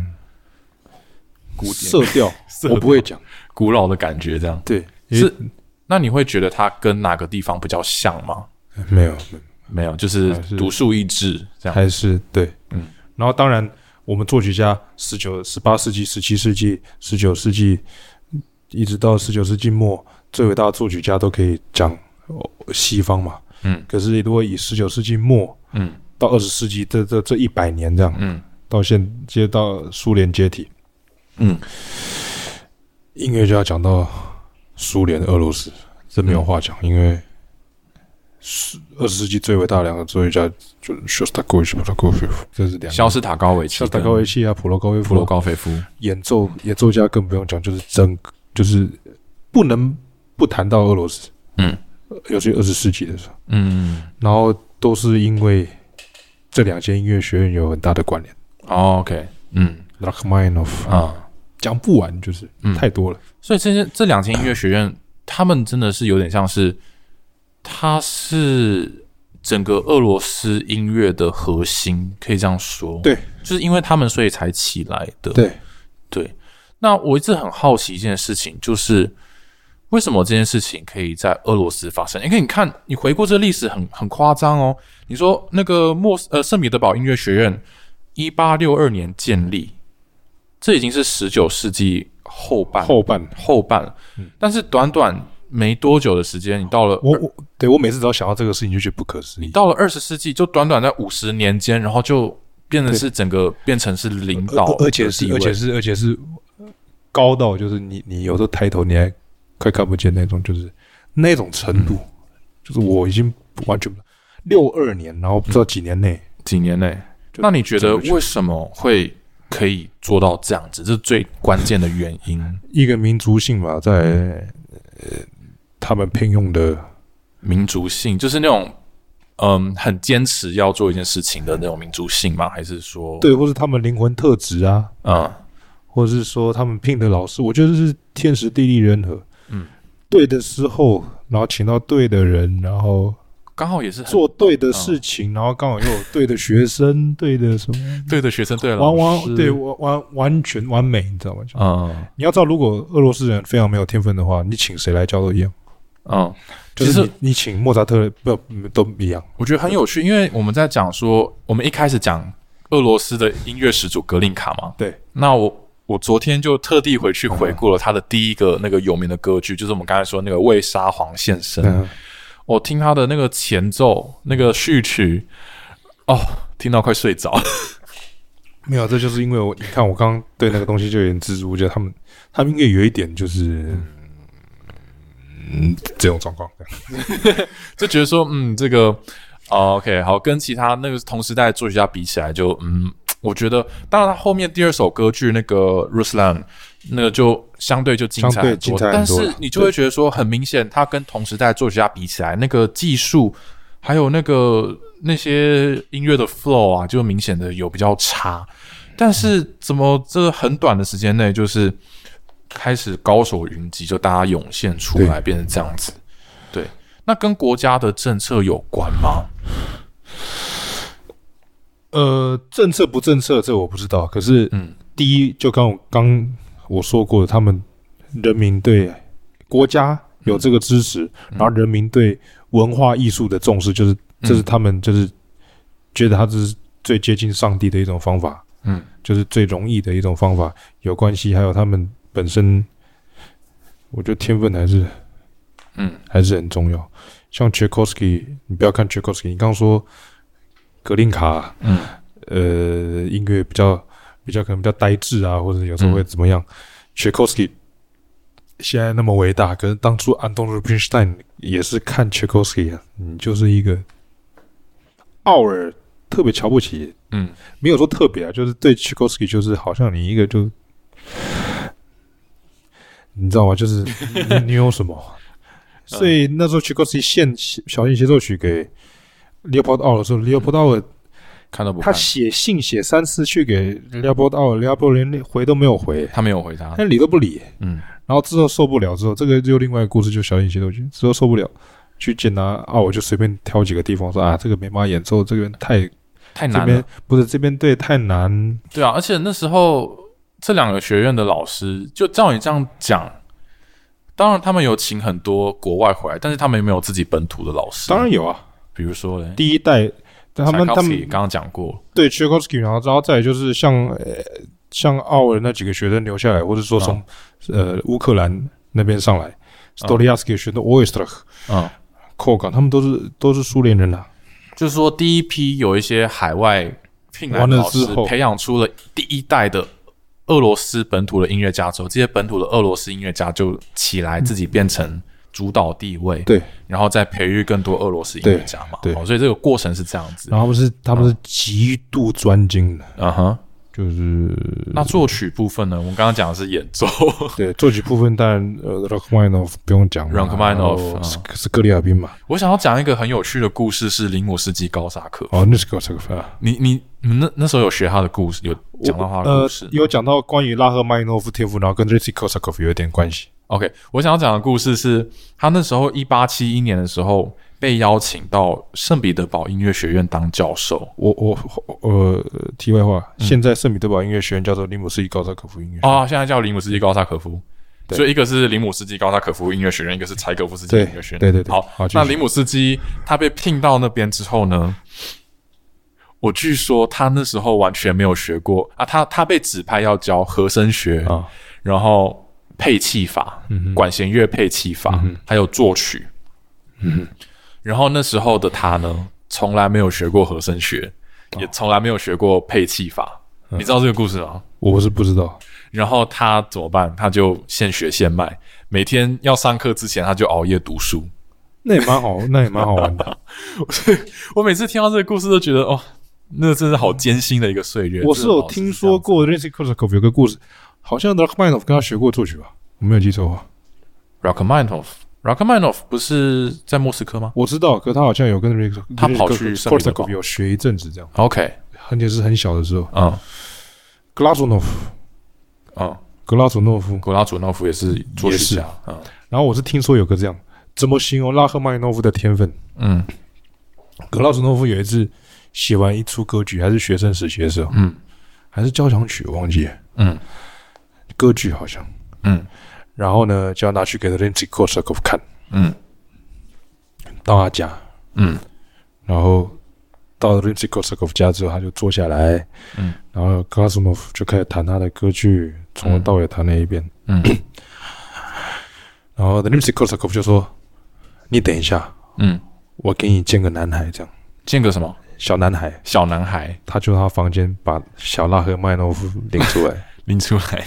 A: 古典
B: 色调，
A: 色
B: 我不会讲。
A: 古老的感觉这样？
B: 对，
A: 是，那你会觉得它跟哪个地方比较像吗？
B: 没有，
A: 没有，就是
B: 还是
A: 独树一帜这样。
B: 还是对，
A: 嗯。
B: 然后当然，我们作曲家十九、十八世纪、十七世纪、十九世纪，一直到十九世纪末，最伟大的作曲家都可以讲哦西方嘛。
A: 嗯
B: 可是如果以十九世纪末
A: 嗯
B: 到二十世纪这这这一百年这样，
A: 嗯
B: 到现接到苏联解体，
A: 嗯，
B: 音乐就要讲到苏联、俄罗斯，这没有话
A: 嗯
B: 讲，因为是二十世纪最伟大的两个作曲家就是 Shostakovich、p r o k o f i e v 这是两个
A: 肖斯塔高维奇、
B: 肖斯塔科维奇啊、普罗高维
A: 普
B: 夫
A: 罗高菲夫。
B: 演奏演奏家更不用讲，就是整就是不能不谈到俄罗斯，
A: 嗯，
B: 尤其二十世纪的时候，
A: 嗯、
B: 然后都是因为这两间音乐学院有很大的关联。
A: 哦、，OK，嗯
B: Rachmaninoff
A: 啊，
B: 讲不完，就是、
A: 嗯
B: 太多了。
A: 所以这些这两间音乐学院，他们真的是有点像是，它是整个俄罗斯音乐的核心，可以这样说。
B: 对，
A: 就是因为他们所以才起来的。
B: 对
A: 对，那我一直很好奇一件事情，就是为什么这件事情可以在俄罗斯发生？因为你看，你回顾这历史很很夸张哦。你说那个莫斯呃圣彼得堡音乐学院，一八六二年建立，这已经是十九世纪后半
B: 后半。
A: 后半了，但是短短没多久的时间，你到了
B: 我我对我每次只要想到这个事情就觉得不可思议，
A: 到了二十世纪，就短短在五十年间，然后就变成是整个变成是领
B: 而
A: 导的地位，
B: 呃而且是而且是而且是高到就是你你有时候抬头你还快看不见那种，就是那种程度，就是我已经完全六二年，然后不知道几年内，
A: 几年内。
B: 就
A: 那你觉得
B: 整个全
A: 为什么会可以做到这样子？这是最关键的原因，
B: 一个民族性吧，在呃他们聘用的
A: 民族性就是那种嗯，很坚持要做一件事情的那种民族性吗？还是说
B: 对，或是他们灵魂特质啊，
A: 嗯
B: 或者是说他们聘的老师，我觉得是天时地利人和。
A: 嗯，
B: 对的时候，然后请到对的人，然后
A: 刚好也是很
B: 做对的事
A: 嗯
B: 情，然后刚好又有对的 学生，对的什么，
A: 对的学生对了，
B: 完完对完完完全完美，你知道吗？就
A: 嗯
B: 你要知道，如果俄罗斯人非常没有天分的话，你请谁来教都一样，
A: 嗯，
B: 就
A: 其
B: 是
A: 实
B: 你你请莫扎特不嗯都一样。
A: 我觉得很有趣，因为我们在讲说，我们一开始讲俄罗斯的音乐始祖格林卡嘛，
B: 对，
A: 那我我昨天就特地回去回顾了他的第一个那个有名的歌剧，就是我们刚才说那个为沙皇献身。
B: 嗯，
A: 我听他的那个前奏、那个序曲，哦，听到快睡着。
B: 没有，这就是因为我你看我刚刚对那个东西就有点执着，我觉得他们他们应该有一点就是嗯这种状况。
A: 就觉得说，嗯，这个、哦、，OK，好，跟其他那个同时代的作曲家比起来就，嗯，我觉得，当然他后面第二首歌剧那个 Ruslan 那个就相对就精彩很
B: 相对精
A: 多，
B: 彩很
A: 但
B: 多
A: 是
B: 了
A: 你就会觉得说，很明显，他跟同时代作曲家比起来，那个技术还有那个那些音乐的 flow 啊，就明显的有比较差。但是怎么这很短的时间内，就是开始高手云集，就大家涌现出来，变成这样子。对，那跟国家的政策有关吗？
B: 呃，政策不政策，这我不知道。可是，
A: 嗯，
B: 第一，就刚我刚我说过的，他们人民对国家有这个支持，
A: 嗯
B: 然后人民对文化艺术的重视，就是这是他们就是觉得他这是最接近上帝的一种方法，
A: 嗯，
B: 就是最容易的一种方法，有关系，还有他们本身，我觉得天分还是
A: 嗯
B: 还是很重要。像 Tchaikovsky，你不要看 Tchaikovsky，你刚刚说格林卡。
A: 嗯
B: 呃音乐比较比较可能比较呆滞啊，或者有时候会怎么样。t c h a k o v s k y 现在那么伟大，可是当初安东尼·宾 i 泰也是看 t c h a k o v s k y 啊，你就是一个奥尔特别瞧不起，
A: 嗯
B: 没有说特别啊，就是对 t c h a k o v s k y 就是好像你一个就。你知道吗？就是 你你有什么？
A: 嗯
B: 所以那时候 t c h a k o v s k y 献小提琴协奏曲给 Leopold a u 的时候，Leopold a u
A: 看都不
B: 他
A: 看，
B: 写信写三次去给廖波奥，廖波连回都没有回，
A: 他没有回答。
B: 但理都不理。
A: 嗯
B: 然后之后受不了，之后这个又另外一个故事，就小野协奏曲之后受不了，去见他啊，我就随便挑几个地方说啊，这个没办法演奏，这个太
A: 太
B: 这
A: 难了
B: 边。不是这边对太难，
A: 对啊，而且那时候这两个学院的老师，就照你这样讲，当然他们有请很多国外回来，但是他们也没有自己本土的老师。
B: 当，然有啊，
A: 比如说嘞，
B: 第一代但他们他
A: Tchaikovsky
B: 们
A: 刚刚讲过，
B: 对 c h a k o v s k y 然后然后再来就是像呃像奥尔那几个学生留下来，或者说从、呃乌克兰那边上来 s t o l i a s k y 学生 o i s t r a k
A: 嗯，
B: 寇港，他们都是都是苏联人啦、啊
A: 就是说第一批有一些海外聘来
B: 完
A: 的
B: 了
A: 老师
B: 之后
A: 培养出了第一代的。俄罗斯本土的音乐家之后，这些本土的俄罗斯音乐家就起
B: 嗯
A: 来，自己变成主导地位，
B: 对，
A: 然后再培育更多俄罗斯音乐家嘛，
B: 对对
A: 哦所以这个过程是这样子，
B: 然后他们是他们是极度专精的，
A: 嗯哼。
B: 就是
A: 那作曲部分呢？我们刚刚讲的是演奏，
B: 对作曲部分，当然呃 r a c h m a n i n o f 不用讲嘛
A: Rachmaninoff，
B: 然后
A: 嗯
B: 斯斯克里亚宾嘛，
A: 我想要讲一个很有趣的故事，是林姆斯基高萨克。
B: 哦，那是个这个啊，
A: 你你你那那时候有学他的故事，有讲到他的
B: 呃
A: 故事。
B: 有讲到关于拉赫曼诺夫天赋，然后跟 r i t i k o s a k o v 有一点关系，
A: OK，我想要讲的故事是他那时候一八七一年的时候被邀请到圣彼得堡音乐学院当教授。
B: 我我呃，题外话，现在圣彼得堡音乐学院叫做林姆斯基高萨科夫音乐学院，
A: 啊，现在叫林姆斯基高萨可夫。
B: 对
A: 所以一个是林姆斯基高萨可夫音乐学院，一个是柴可夫斯基
B: 对
A: 音乐学院。
B: 对对对
A: 好，
B: 好继续
A: 那林姆斯基他被聘到那边之后呢，我据说他那时候完全没有学过啊，他他被指派要教和声学，
B: 啊，嗯
A: 然后配器法，管弦乐配器法，还有作曲。
B: 嗯
A: 然后那时候的他呢，从来没有学过和声学，也从来没有学过配器法。
B: 嗯
A: 你知道这个故事吗？
B: 我是不知道，
A: 然后他怎么办？他就现学现卖，每天要上课之前他就熬夜读书。
B: 那也 蛮好，那也蛮好玩的。
A: 我每次听到这个故事都觉得，哦，那真是好艰辛的一个岁月。
B: 我是有听说
A: 过，
B: 过 r i c h k o s a k o v 有个故事，好像 Rachmaninoff 跟他学过作曲吧，我没有记错啊。
A: Rachmaninoff。Rachmaninoff 不是在莫斯科吗
B: 我知道，可他好像有跟 r i c h
A: 他跑去圣
B: k o
A: 彼
B: s
A: 得
B: a k
A: 堡
B: o v 有学一阵子这样，
A: ？OK，
B: 而且是很小的时候。
A: 嗯
B: Glazunov
A: 嗯，
B: 格拉佐诺夫，
A: 古拉祖诺夫也是作曲家，嗯
B: 然后我是听说有个这样，怎么形容拉赫曼尼诺夫的天分？
A: 嗯
B: 格拉什诺夫有一次写完一出歌剧，还是学生时期的时候，
A: 嗯
B: 还是交响曲，我忘记了
A: 嗯
B: 歌剧好像。
A: 嗯
B: 然后呢，就要拿去给 r e n z i k o s a k o v 看，
A: 嗯
B: 到他家，
A: 嗯
B: 然后到 r e n z i k o s a k o v 家之后，他就坐下来，
A: 嗯，
B: 然后格拉什诺夫就开始弹他的歌剧，从头到尾弹了一遍。
A: 嗯
B: 然后 r e n z i k o s a k o v 就说：“你等一下，
A: 嗯，
B: 我给你见个男孩，这样
A: 见个什么
B: 小男孩。”
A: 小男孩
B: 他就到他房间把小拉赫曼诺夫领出来。
A: 拎出来，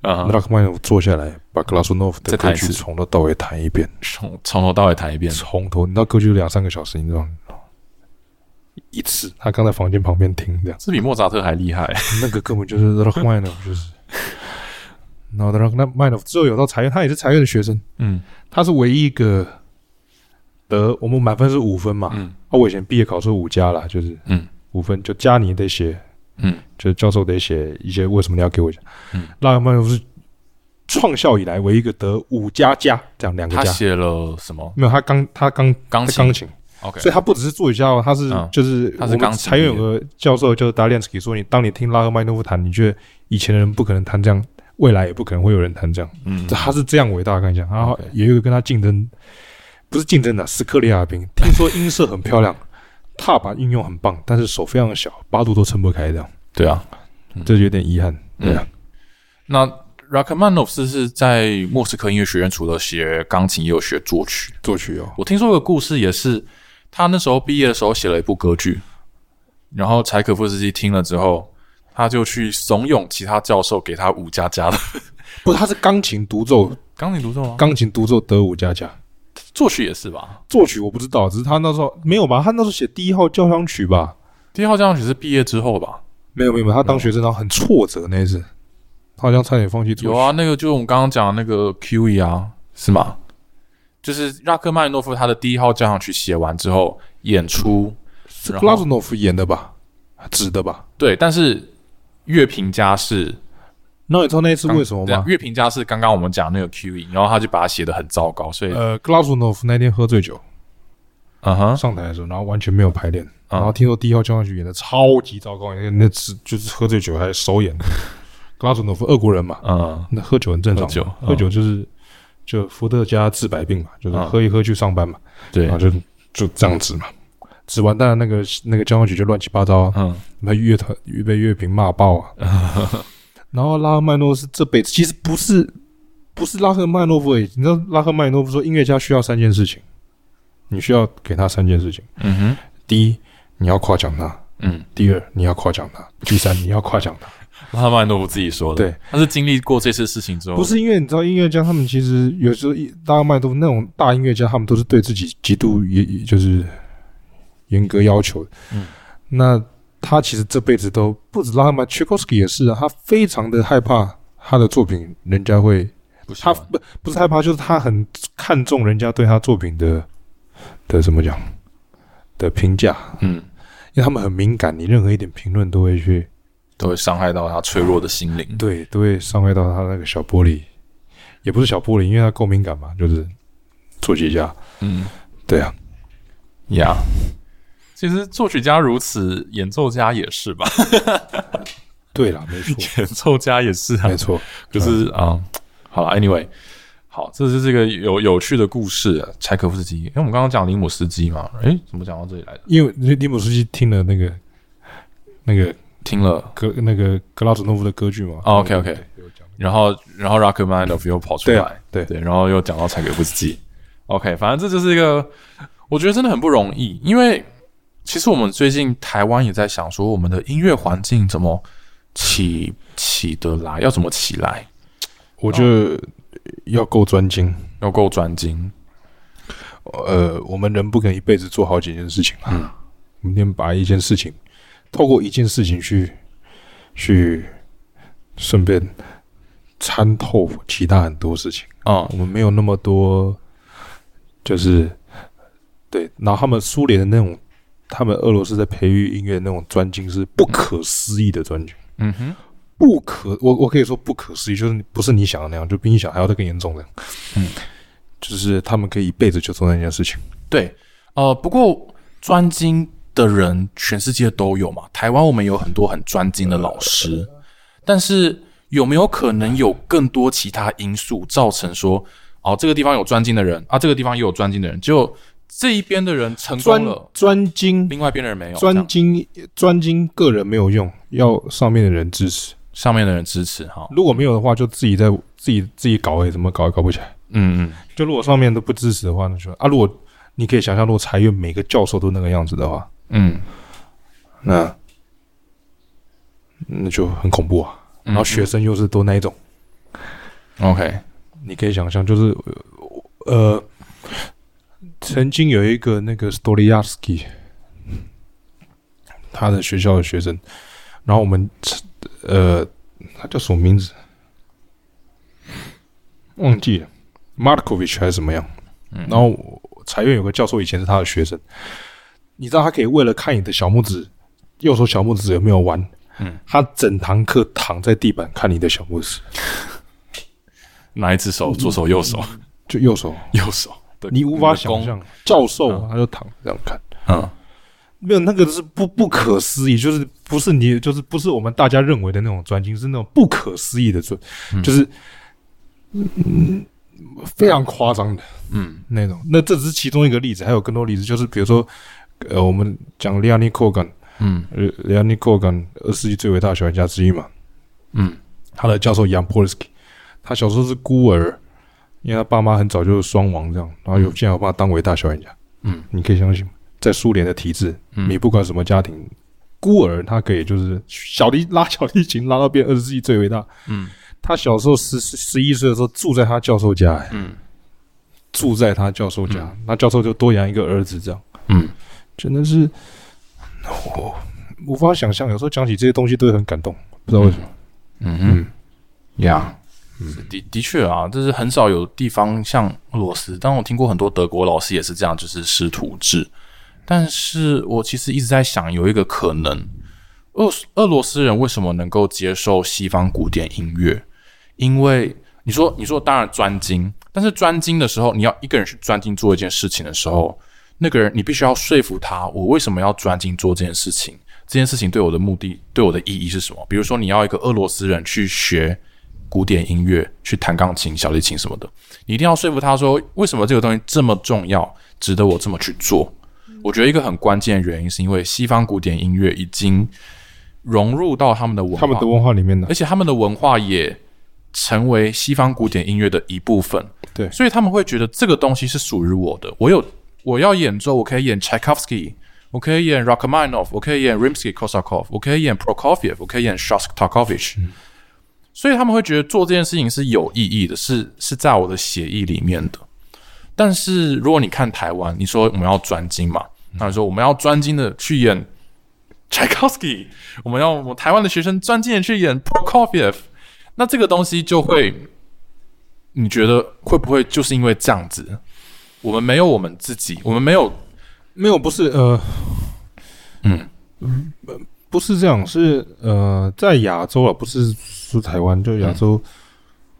A: 啊、
B: 拉克曼诺坐下来，把格拉苏诺夫的
A: 再
B: 歌
A: 弹一
B: 剧
A: 次
B: 从头到尾弹一遍，
A: 从从头到尾弹一遍，，
B: 从头，你知道歌剧有两三个小时，你知道吗？一次，他刚在房间旁边听这样
A: 这比莫扎特还厉害。
B: 那个根本就是拉克曼诺夫，就是。然后拉克曼诺夫之后有到财院，他也是财院的学生，
A: 嗯
B: 他是唯一一个得我们满分是五分嘛，
A: 嗯
B: 啊，我以前毕业考试五加啦，就是
A: 嗯
B: 五分，就加你得写，
A: 嗯
B: 就是教授得写一些为什么你要给我讲。
A: 嗯
B: 拉赫曼诺夫是创校以来唯一一个得五加加这样两个
A: 他
B: 加，
A: 写了什么
B: 没有他刚他刚
A: 钢
B: 他
A: 琴
B: 钢琴，
A: ？OK，
B: 所以他不只是作曲家哦，他是
A: 嗯
B: 就是
A: 他是
B: 我们
A: 钢琴
B: 才
A: 毕业
B: 有个教授就是达列斯基说，你当你听拉赫曼诺夫弹，你觉得以前的人不可能弹这样，未来也不可能会有人弹这样，
A: 嗯
B: 他是这样伟大的，跟你讲，然后
A: OK
B: 也有一个跟他竞争，不是竞争的，斯克里亚 宾，听说音色很漂亮。踏板运用很棒，但是手非常小，八度都撑不开，这样
A: 对啊，
B: 这有点遗憾。对啊，
A: 那 Rachmaninoff 是是在莫斯科音乐学院，除了学钢琴，也有学作曲。
B: 作曲哦，
A: 我听说有个故事，也是他那时候毕业的时候写了一部歌剧，然后柴可夫斯基听了之后，他就去怂恿其他教授给他五加加的
B: 不，他是钢琴独奏，
A: 钢琴独奏吗？
B: 嗯钢琴独奏得五加加。
A: 作曲也是吧？
B: 作曲我不知道，只是他那时候没有吧？他那时候写第一号交响曲吧？
A: 第一号交响曲是毕业之后吧？
B: 没有没有，没有他当学生然后很挫折那一次，他好像差点放弃作
A: 有
B: 曲。
A: 啊，那个就是我们刚刚讲的那个 QE 啊，是吗？就是拉克曼诺夫他的第一号交响曲写完之后演出，
B: 是
A: 然
B: 格
A: 后
B: 拉斯诺夫演的吧？指的吧？
A: 对，但是乐评家是
B: 那你知道那一次为什么
A: 对啊
B: 吗？
A: 乐评家是刚刚我们讲那个 QE，然后他就把它写的很糟糕，所以
B: 呃，格拉斯诺夫那天喝醉酒
A: 嗯哼，
B: 上台的时候，然后完全没有排练，
A: 啊
B: 然后听说第一号交响曲演的超级糟糕，那那只就是喝醉酒还手 演。格拉斯诺夫俄国人嘛，
A: 嗯
B: 那喝酒很正常嘛，
A: 喝酒嗯
B: 喝酒就是就伏特加治百病嘛，就是
A: 嗯
B: 喝一喝去上班嘛，
A: 对
B: 然后就就这样子嘛。指完当然那个那个交响曲就乱七八糟啊，
A: 嗯
B: 被乐团被乐评骂爆啊。 然后拉赫曼诺夫是这辈子其实不是不是拉赫曼诺夫而已，你知道拉赫曼诺夫说音乐家需要三件事情，你需要给他三件事情：
A: 嗯哼
B: 第一，你要夸奖他；
A: 嗯，
B: 第二，你要夸奖他；第三，你要夸奖他。
A: 拉曼诺夫自己说的，
B: 对，
A: 他是经历过这次事情之后，
B: 不是因为你知道音乐家他们其实有时候一大麦都那种大音乐家，他们都是对自己极度也就是严格要求的。
A: 嗯，
B: 那他其实这辈子都不止拉曼，切科斯基也是啊，他非常的害怕他的作品人家会，
A: 不是
B: 他不不是害怕，就是他很看重人家对他作品的的怎么讲的评价，
A: 嗯，
B: 因为他们很敏感，你任何一点评论都会去
A: 都会伤害到他脆弱的心灵，
B: 对，都会伤害到他那个小玻璃，也不是小玻璃，因为他够敏感嘛，就是触及一下，
A: 嗯
B: 对啊，
A: 呀。其实作曲家如此，演奏家也是吧？
B: 对啦，没错，
A: 演奏家也是啊
B: 没，错，嗯
A: 可是啊、好了，anyway，好，这是这个有有趣的故事，柴可夫斯基。因为我们刚刚讲林姆斯基嘛，诶，怎么讲到这里来的？
B: 因为尼姆斯基听了那个那个
A: 听了，
B: 格那个格拉祖诺夫的歌剧嘛。
A: 哦，OK，OK
B: 有讲
A: 然后然后 Rachmaninoff 又跑出
B: 对
A: 来，
B: 啊，对，
A: 对，然后又讲到柴可夫斯基。OK，反正这就是一个，我觉得真的很不容易，因为其实我们最近台湾也在想说，我们的音乐环境怎么起起得来，要怎么起来，
B: 我觉得要够专精。
A: 要够专精。
B: 呃，我们人不可能一辈子做好几件事情嘛，
A: 嗯
B: 我们先把一件事情，透过一件事情去去顺便参透其他很多事情。
A: 嗯
B: 我们没有那么多，就是对。然后他们苏联的那种，他们俄罗斯在培育音乐的那种专精是不可思议的专精，
A: 嗯哼，
B: 不可，我我可以说不可思议，就是不是你想的那样，就比你想还要再更严重的。
A: 嗯，
B: 就是他们可以一辈子就做那件事情。
A: 对，呃，不过专精的人全世界都有嘛，台湾我们有很多很专精的老师，但是有没有可能有更多其他因素造成说，哦，这个地方有专精的人啊，这个地方也有专精的人，就这一边的人成功
B: 专
A: 了，
B: 专精
A: 另外一边的人没有，这
B: 专
A: 样
B: 精专精个人没有用，要上面的人支持。
A: 上面的人支持哈，
B: 如果没有的话，就自己在自己自己搞也哎怎么搞也搞不起来。
A: 嗯嗯，
B: 就如果上面都不支持的话，那就啊，如果你可以想象，如果财院每个教授都那个样子的话，
A: 嗯，
B: 那那就很恐怖啊。
A: 然
B: 然后学生又是都那一种，
A: 嗯 OK，
B: 你可以想象，就是呃呃，曾经有一个那个 Stolyarski，他的学校的学生，然后我们呃，他叫什么名字？忘记了，Markovich 还是怎么样？
A: 嗯
B: 然后我财院有个教授以前是他的学生，你知道他可以为了看你的小拇指，右手小拇指有没有弯，
A: 嗯，
B: 他整堂课躺在地板看你的小拇指，
A: 哪一只手？左手、右手、
B: 就右手，
A: 右手的，
B: 你无法
A: 的功
B: 想，象，教授
A: 嗯
B: 他就躺这样看，
A: 嗯
B: 没有那个是不不可思议，就是不是你就是不是我们大家认为的那种专精，是那种不可思议的专，
A: 嗯
B: 就是嗯非常夸张的。
A: 嗯
B: 那种。那这只是其中一个例子，还有更多例子，就是比如说，呃，我们讲 Leonie Kogan，
A: 嗯
B: 呃，Leonie Kogan 二十世纪最伟大的小玩家之一嘛，
A: 嗯
B: 他的教授 Jan Polsky，他小时候是孤儿，因为他爸妈很早就是双亡这样，然后有竟然有把他当伟大小玩家，
A: 嗯，
B: 你可以相信吗？在苏联的体制，
A: 嗯
B: 你不管什么家庭。孤儿，他可以就是小提拉小提琴拉到变二十世纪最伟大。
A: 嗯
B: 他小时候十十十一岁的时候住在他教授家、哎
A: 嗯
B: 住在他教授家，那教授就多养一个儿子这样。
A: 嗯，
B: 真的是我无法想象，有时候讲起这些东西都会很感动，不知道为什么。
A: 嗯哼，呀、是的的确啊，就是很少有地方像俄罗斯。当然我听过很多德国老师也是这样，就是师徒制。但是我其实一直在想，有一个可能，俄俄罗斯人为什么能够接受西方古典音乐？因为你说，你说，当然专精，但是专精的时候，你要一个人去专精做一件事情的时候，那个人你必须要说服他，我为什么要专精做这件事情？这件事情对我的目的、对我的意义是什么？比如说，你要一个俄罗斯人去学古典音乐，去弹钢琴、小提琴什么的，你一定要说服他说，为什么这个东西这么重要，值得我这么去做？我觉得一个很关键的原因，是因为西方古典音乐已经融入到他们的文化，
B: 他们的文化里面呢
A: 而，且他们的文化也成为西方古典音乐的一部分。
B: 对
A: 所以他们会觉得这个东西是属于我的。我有我要演奏，我可以演 Tchaikovsky，我可以演 Rachmaninoff，我可以演 Rimsky-Korsakov，我可以演 Prokofiev，我可以演 Shostakovich。所以他们会觉得做这件事情是有意义的，是是在我的协议里面的。但是如果你看台湾，你说我们要专精嘛，那你说我们要专精的去演 Tchaikovsky，我们要我们台湾的学生专精的去演 Prokofiev，那这个东西就会，你觉得会不会就是因为这样子，我们没有我们自己，我们没有
B: 没有，不是呃，
A: 嗯
B: 呃，不是这样，是呃，在亚洲啊，不是说台湾，就亚洲，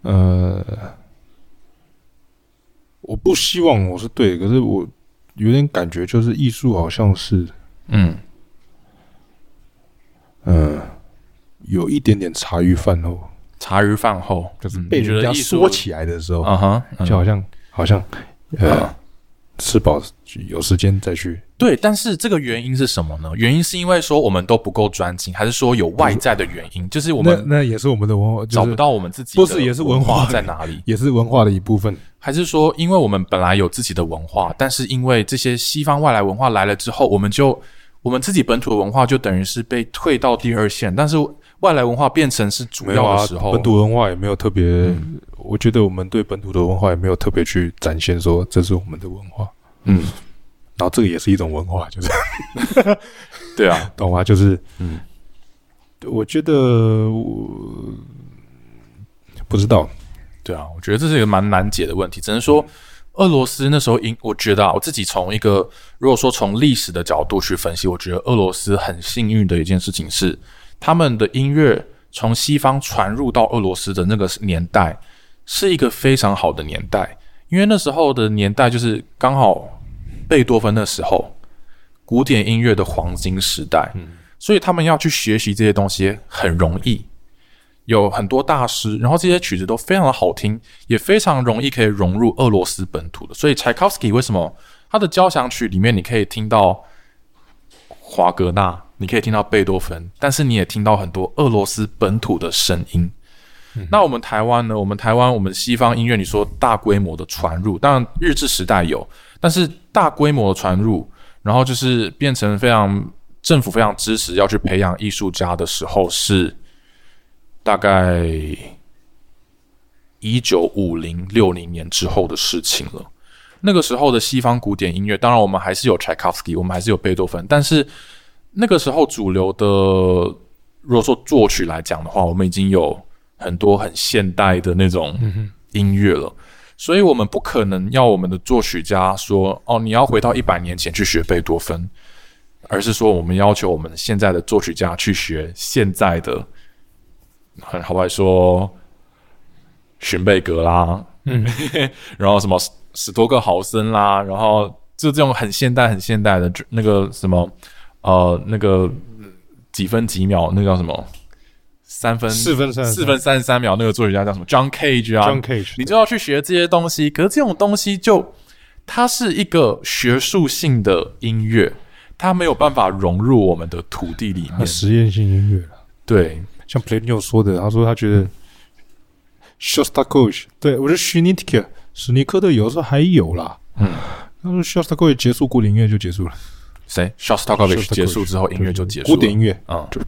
B: 呃，我不希望我是对的，可是我有点感觉，就是艺术好像是
A: 嗯，
B: 嗯、呃有一点点茶余饭后，
A: 茶余饭后
B: 就是
A: 嗯
B: 被
A: 你觉
B: 人
A: 得
B: 家
A: 艺术
B: 说起来的时候，
A: 啊哈，嗯啊
B: 就好像好像呃吃饱有时间再去
A: 对，但是这个原因是什么呢？原因是因为说我们都不够专心，还是说有外在的原因？就是我们
B: 那那也是我们的文化，就是
A: 找不到我们自己
B: 不
A: 的
B: 是也是
A: 文
B: 文化
A: 在哪里？
B: 也是文化的一部分。
A: 还是说，因为我们本来有自己的文化，但是因为这些西方外来文化来了之后，我们就我们自己本土的文化就等于是被退到第二线，但是外来文化变成是主
B: 没有
A: 要
B: 啊
A: 的时候，，嗯
B: 本土文化也没有特别，我觉得我们对本土的文化也没有特别去展现说这是我们的文化。
A: 嗯，
B: 然后这个也是一种文化，就是
A: 对啊，
B: 懂吗？就是
A: 嗯，
B: 我觉得我不知道，
A: 对啊，我觉得这是一个蛮难解的问题，只能说。俄罗斯那时候，因我觉得啊，我自己从一个如果说从历史的角度去分析，我觉得俄罗斯很幸运的一件事情是，他们的音乐从西方传入到俄罗斯的那个年代，是一个非常好的年代，因为那时候的年代就是刚好贝多芬的时候，古典音乐的黄金时代，所以他们要去学习这些东西很容易，有很多大师，然后这些曲子都非常的好听，也非常容易可以融入俄罗斯本土的，所以柴可夫斯基为什么他的交响曲里面你可以听到华格纳，你可以听到贝多芬，但是你也听到很多俄罗斯本土的声音。那我们台湾呢？我们台湾，我们西方音乐，你说大规模的传入，当然日治时代有，但是大规模的传入，然后就是变成非常政府非常支持要去培养艺术家的时候，是大概一九五零六零年之后的事情了。那个时候的西方古典音乐，当然我们还是有柴可夫斯基，我们还是有贝多芬，但是那个时候主流的，如果说作曲来讲的话，我们已经有很多很现代的那种音乐了。所以我们不可能要我们的作曲家说哦，你要回到一百年前去学贝多芬，而是说我们要求我们现在的作曲家去学现在的，很好来说，荀贝格啦，
B: 嗯，
A: 然后什么史史多克豪森啦，然后就这种很现代、很现代的就那个什么呃那个几分几秒，那个叫什么？三分
B: 四分三十三
A: 四分三十三秒，那个作曲家叫什么？John Cage 啊
B: John Cage，
A: 你就要去学这些东西。可是这种东西就它是一个学术性的音乐，它没有办法融入我们的土地里
B: 啊
A: 面。
B: 实验性音乐了。
A: 对，
B: 像 p l a t o 说的，他说他觉
A: 嗯
B: 得 Shostakovich，对我觉得 s c h n i t k 史尼科特有时候还有啦。
A: 嗯，
B: 他说 Shostakovich 结束古典音乐就结束了，
A: 谁 Shostakovich
B: Shostakovich
A: 结束之后，音乐就结束了，
B: 古典音乐
A: 啊、
B: 就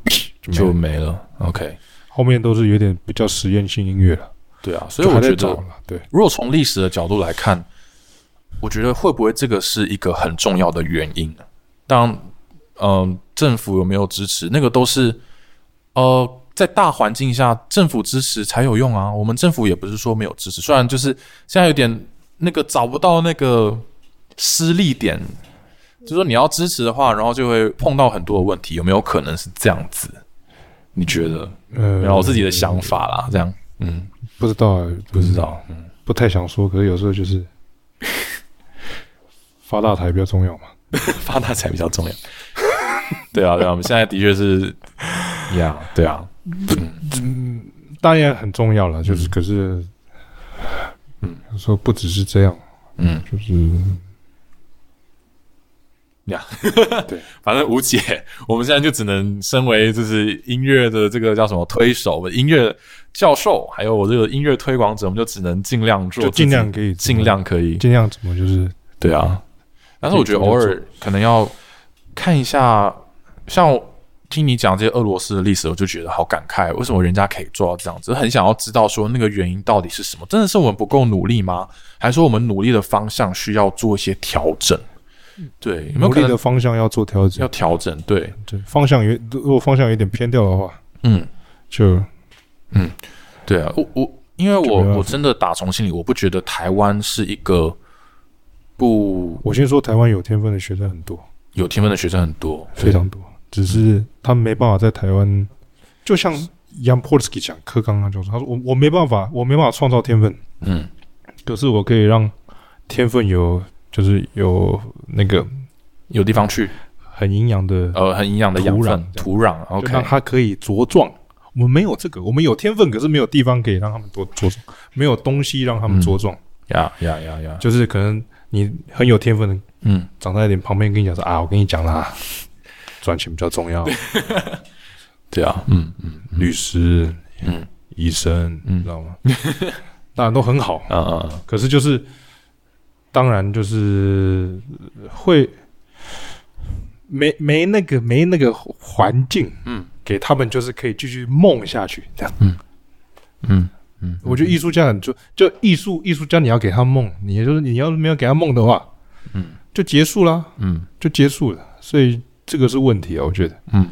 A: 嗯、就没了。OK，
B: 后面都是有点比较实验性音乐了，
A: 对啊，所以
B: 就
A: 我
B: 还在
A: 觉得，
B: 找了。对，
A: 如果从历史的角度来看，我觉得会不会这个是一个很重要的原因呢？当然，嗯、政府有没有啊支持，那个都是呃，在大环境下，政府支持才有用啊。我们政府也不是说没有支持，虽然就是现在有点那个找不到那个失力点，就是说你要支持的话，然后就会碰到很多的问题，有没有可能是这样子？你觉得？
B: 呃，
A: 然后我自己的想法啦，这样，嗯，
B: 不知道啊，
A: 不知道，
B: 不太想说，可是有时候就是 发大财比较重要嘛。
A: 发大财比较重要。对啊，对啊，我们现在的确 是，呀、对啊，
B: 当然很重要了，就是、可是，嗯，有时候不只是这样，
A: 嗯，
B: 就是
A: 反正无解，我们现在就只能身为就是音乐的这个叫什么推手，我们音乐教授，还有我这个音乐推广者，我们就只能尽量做
B: 就
A: 自己，
B: 尽量可以怎么
A: 尽量可以，
B: 尽量怎么就是
A: 对啊。但是我觉得偶尔可能要看一下，像我听你讲这些俄罗斯的历史，我就觉得好感慨，为什么人家可以做到这样子？很想要知道说那个原因到底是什么？真的是我们不够努力吗？还是说我们努力的方向需要做一些调整？对，有没有
B: 努
A: 可
B: 力
A: 能
B: 的方向要做调
A: 要
B: 整。
A: 调整？对，
B: 对，方向有如果方向有点偏掉的话，
A: 嗯，
B: 就
A: 对啊，我我因为
B: 就
A: 我
B: 没办法
A: 我真的打从心里，我不觉得台湾是一个不
B: 我先说台湾有天分的学生很多，
A: 有天分的学生很多，
B: 非常多，只是他们没办法在台湾，嗯就像 Yan Polsky 讲课刚刚就说，他说我我没办法，我没办法创造天分，
A: 嗯
B: 可是我可以让天分有就是有那个
A: 有地方去，
B: 很营养的，
A: 呃，很营养的养分、土壤。
B: 土就让
A: OK，
B: 它可以茁壮。我们没有这个，我们有天分，可是没有地方可以让他们多茁壮，没有东西让他们茁壮。
A: 呀呀呀呀，
B: 就是可能你很有天分的
A: 嗯，
B: 长大一点，旁边跟你讲说啊，我跟你讲啦，赚钱比较 重要，
A: 对啊，嗯嗯
B: 律师、
A: 嗯
B: 医生，
A: 嗯
B: 你知道吗？ 当然都很好，
A: 啊啊，嗯
B: 可是就是，当然就是呃会没没那个没那个环境，
A: 嗯，
B: 给他们就是可以继续梦下去。这样，
A: 嗯嗯，
B: 我觉得艺术家很就就艺术艺术家，你要给他梦，你就是你要是没有给他梦的话，
A: 嗯，
B: 就结束啦，
A: 嗯
B: 就结束了。所以这个是问题啊，我觉得
A: 嗯，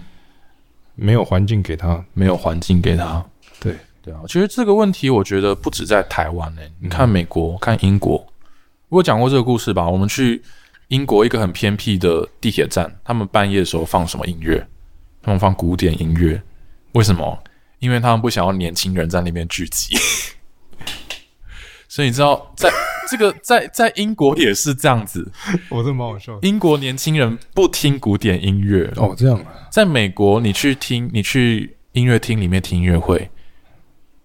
B: 没有环境给他，
A: 没有环境给他。
B: 对
A: 对啊，其实这个问题我觉得不止在台湾呢、你看美国，看英国，我有讲过这个故事吧？我们去英国一个很偏僻的地铁站，他们半夜的时候放什么音乐？他们放古典音乐，为什么？因为他们不想要年轻人在那边聚集。 所以你知道，在 这个在在英国也是这样子，
B: 我真蛮好笑的。
A: 英国年轻人不听古典音乐，
B: 哦，这样啊，
A: 在美国，你去听，你去音乐厅里面听音乐会，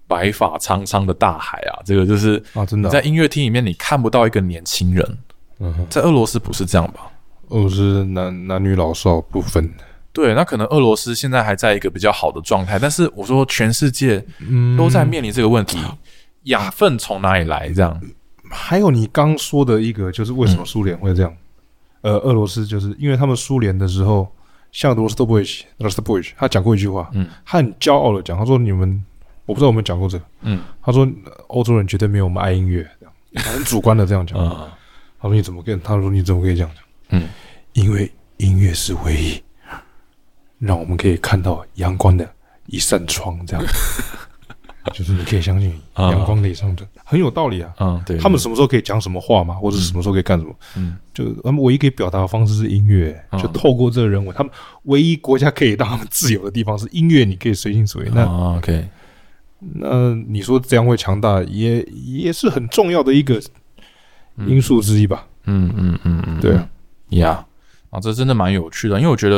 A: 白发苍苍的大海啊，这个就是
B: 啊，真
A: 你
B: 的啊、
A: 在音乐厅里面你看不到一个年轻人，
B: 嗯哼，
A: 在俄罗斯不是这样吧？
B: 我哦是男男女老少不分，
A: 对，那可能俄罗斯现在还在一个比较好的状态，但是我说全世界
B: 嗯
A: 都在面临这个问题，养分从哪里来？这样，
B: 还有你刚说的一个，就是为什么苏联会这样？呃，俄罗斯就是因为他们苏联的时候，像罗斯托波维奇，罗斯托波维奇他讲过一句话，
A: 嗯，
B: 他很骄傲的讲，他说你们，我不知道有没有讲过这个，
A: 嗯
B: 他说呃欧洲人绝对没有我们爱音乐，这样他很主观的这样讲。
A: 嗯
B: 他说你怎么跟？他说你怎么可以这样讲？
A: 嗯，
B: 因为音乐是唯一让我们可以看到阳光的一扇窗， 这样，就是你可以相信
A: 啊
B: 阳光的一扇窗，很有道理啊。
A: 嗯，对，
B: 他们什么时候可以讲什么话嘛，或者什么时候可以干什么？
A: 嗯，
B: 就他们唯一可以表达的方式是音乐，
A: 嗯
B: 就透过这个人文，他们唯一国家可以让他们自由的地方是音乐，你可以随心所欲。那、
A: 啊，OK，
B: 那你说这样会强大，也也是很重要的一个
A: 嗯
B: 因素之一吧？
A: 嗯嗯嗯嗯，
B: 对啊，
A: 呀、啊，这真的蛮有趣的，因为我觉得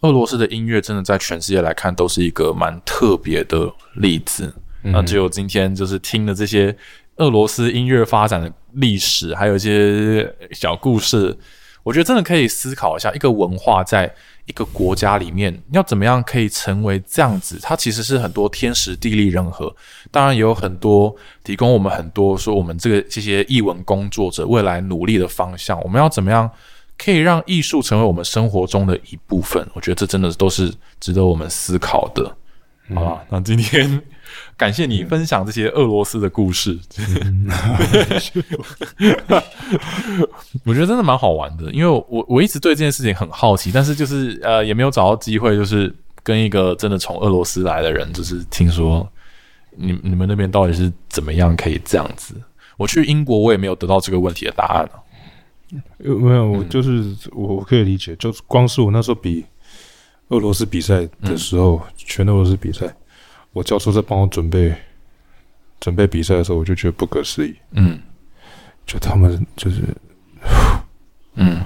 A: 俄罗斯的音乐真的在全世界来看都是一个蛮特别的例子。那只有今天就是听了这些俄罗斯音乐发展的历史，还有一些小故事，我觉得真的可以思考一下，一个文化在一个国家里面要怎么样可以成为这样子，它其实是很多天时地利人和，当然也有很多提供我们很多说我们这个这些译文工作者未来努力的方向，我们要怎么样？可以让艺术成为我们生活中的一部分，我觉得这真的都是值得我们思考的。好吧， 那今天感谢你分享这些俄罗斯的故事，嗯 我觉得真的蛮好玩的，因为我我一直对这件事情很好奇，但是就是呃也没有找到机会，就是跟一个真的从俄罗斯来的人，就是听说你你们那边到底是怎么样可以这样子。我去英国，我也没有得到这个问题的答案啊、
B: 呃没有，我就是我可以理解，就是光是我那时候比俄罗斯比赛的时候，全俄罗斯比赛，我教授在帮我准备准备比赛的时候，我就觉得不可思议，
A: 嗯
B: 就他们就是
A: 嗯，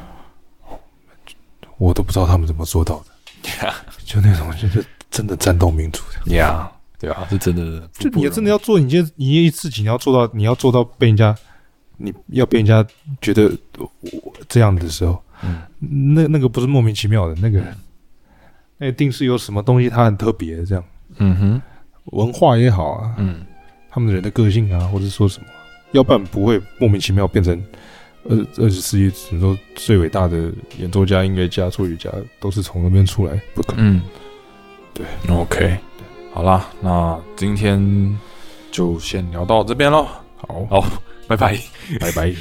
B: 我都不知道他们怎么做到的，就那种就是真的战斗民族的。
A: 呀，对啊，这真的
B: 就你真的
A: 要
B: 要做，你件你一自己你要做到，你要做到被人家，你要被人家觉得我我这样的时候，
A: 嗯
B: 那那个不是莫名其妙的，那个那一定是有什么东西它很特别，这样
A: 嗯哼
B: 文化也好啊，
A: 嗯
B: 他们人的个性啊，或者说什么，要不然不会莫名其妙变成二二十世纪你说最伟大的演奏家、音乐家、作曲家都是从那边出来，不可能。
A: 嗯，
B: 对
A: ，OK，好啦，那今天就先聊到这边喽，
B: 好，
A: 拜拜。
B: 拜拜。